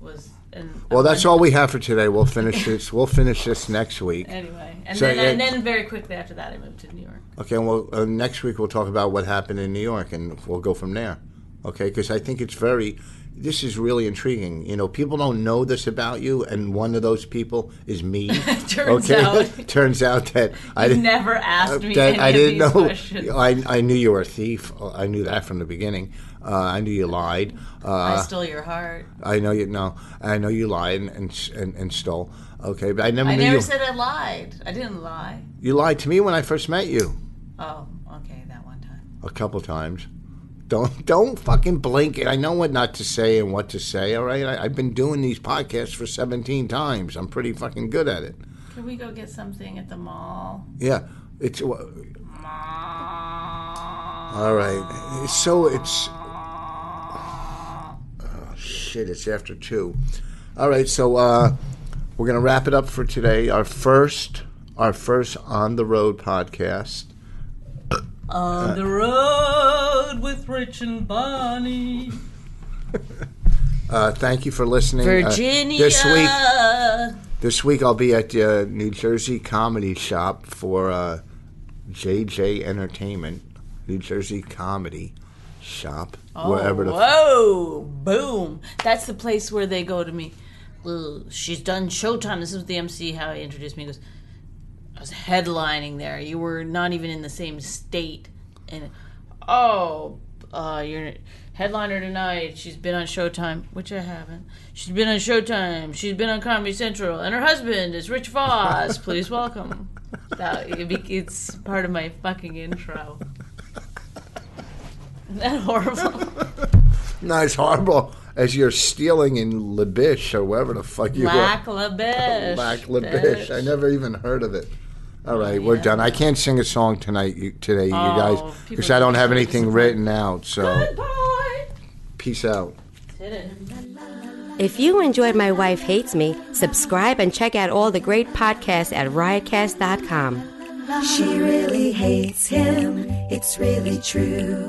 [SPEAKER 2] was. And I
[SPEAKER 1] Well, that's
[SPEAKER 2] won-
[SPEAKER 1] all we have for today. We'll finish this. We'll finish this next week.
[SPEAKER 2] Anyway, and
[SPEAKER 1] So
[SPEAKER 2] then and
[SPEAKER 1] it-
[SPEAKER 2] then very quickly after that, I moved to New York.
[SPEAKER 1] Okay, and we'll, uh, next week we'll talk about what happened in New York, and we'll go from there. Okay, because I think it's very. This is really intriguing. You know, people don't know this about you, and one of those people is me.
[SPEAKER 2] Turns out.
[SPEAKER 1] turns out that I
[SPEAKER 2] You
[SPEAKER 1] didn't.
[SPEAKER 2] never asked me
[SPEAKER 1] that
[SPEAKER 2] any
[SPEAKER 1] I
[SPEAKER 2] of
[SPEAKER 1] didn't
[SPEAKER 2] these questions.
[SPEAKER 1] know. Uh, I, I knew you were a thief. I knew that from the beginning. Uh, I knew you lied. Uh,
[SPEAKER 2] I stole your heart.
[SPEAKER 1] I know you. No, I know you lied and and, and, stole. Okay, but I never
[SPEAKER 2] I
[SPEAKER 1] knew
[SPEAKER 2] never
[SPEAKER 1] you.
[SPEAKER 2] said I lied. I didn't lie.
[SPEAKER 1] you lied to me when I first met you.
[SPEAKER 2] Oh, okay, that one time.
[SPEAKER 1] a couple times. Don't don't fucking blink it. I know what not to say and what to say. All right, I, I've been doing these podcasts for seventeen times. I'm pretty fucking good at it.
[SPEAKER 2] Can we go get something at the mall?
[SPEAKER 1] Yeah, it's all
[SPEAKER 2] Mall.
[SPEAKER 1] right. So it's oh shit. It's after two. All right, so uh, we're gonna wrap it up for today. Our first our first on the road podcast. Uh,
[SPEAKER 2] On the road with Rich and Bonnie.
[SPEAKER 1] Uh, thank you for listening. Uh,
[SPEAKER 2] Virginia.
[SPEAKER 1] this week. This week I'll be at the uh, New Jersey Comedy Shop for uh, JJ Entertainment, New Jersey Comedy Shop, wherever
[SPEAKER 2] Oh,
[SPEAKER 1] the f-
[SPEAKER 2] Whoa, boom. That's the place where they go to me. Well, she's done Showtime. This is the MC, how he introduced me. He goes, I was headlining there. You were not even in the same state. And, oh, uh, you're a headliner tonight. She's been on Showtime, which I haven't. She's been on Showtime. She's been on Comedy Central. And her husband is Rich Voss. Please welcome. That, it'd be- it's part of my fucking intro. Isn't that horrible?
[SPEAKER 1] No, it's horrible as you're stealing in Labish or wherever the fuck you
[SPEAKER 2] Lack Labish.
[SPEAKER 1] are. Lack Labish. I never even heard of it. All right, we're done. I can't sing a song tonight, you, today, you guys,
[SPEAKER 2] people
[SPEAKER 1] because I don't have
[SPEAKER 2] are
[SPEAKER 1] anything written out. So
[SPEAKER 2] Goodbye.
[SPEAKER 1] peace out.
[SPEAKER 2] Did it.
[SPEAKER 4] If you enjoyed My Wife Hates Me, subscribe and check out all the great podcasts at riotcast.com.
[SPEAKER 5] She really hates him, it's really true.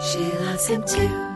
[SPEAKER 5] she loves him too.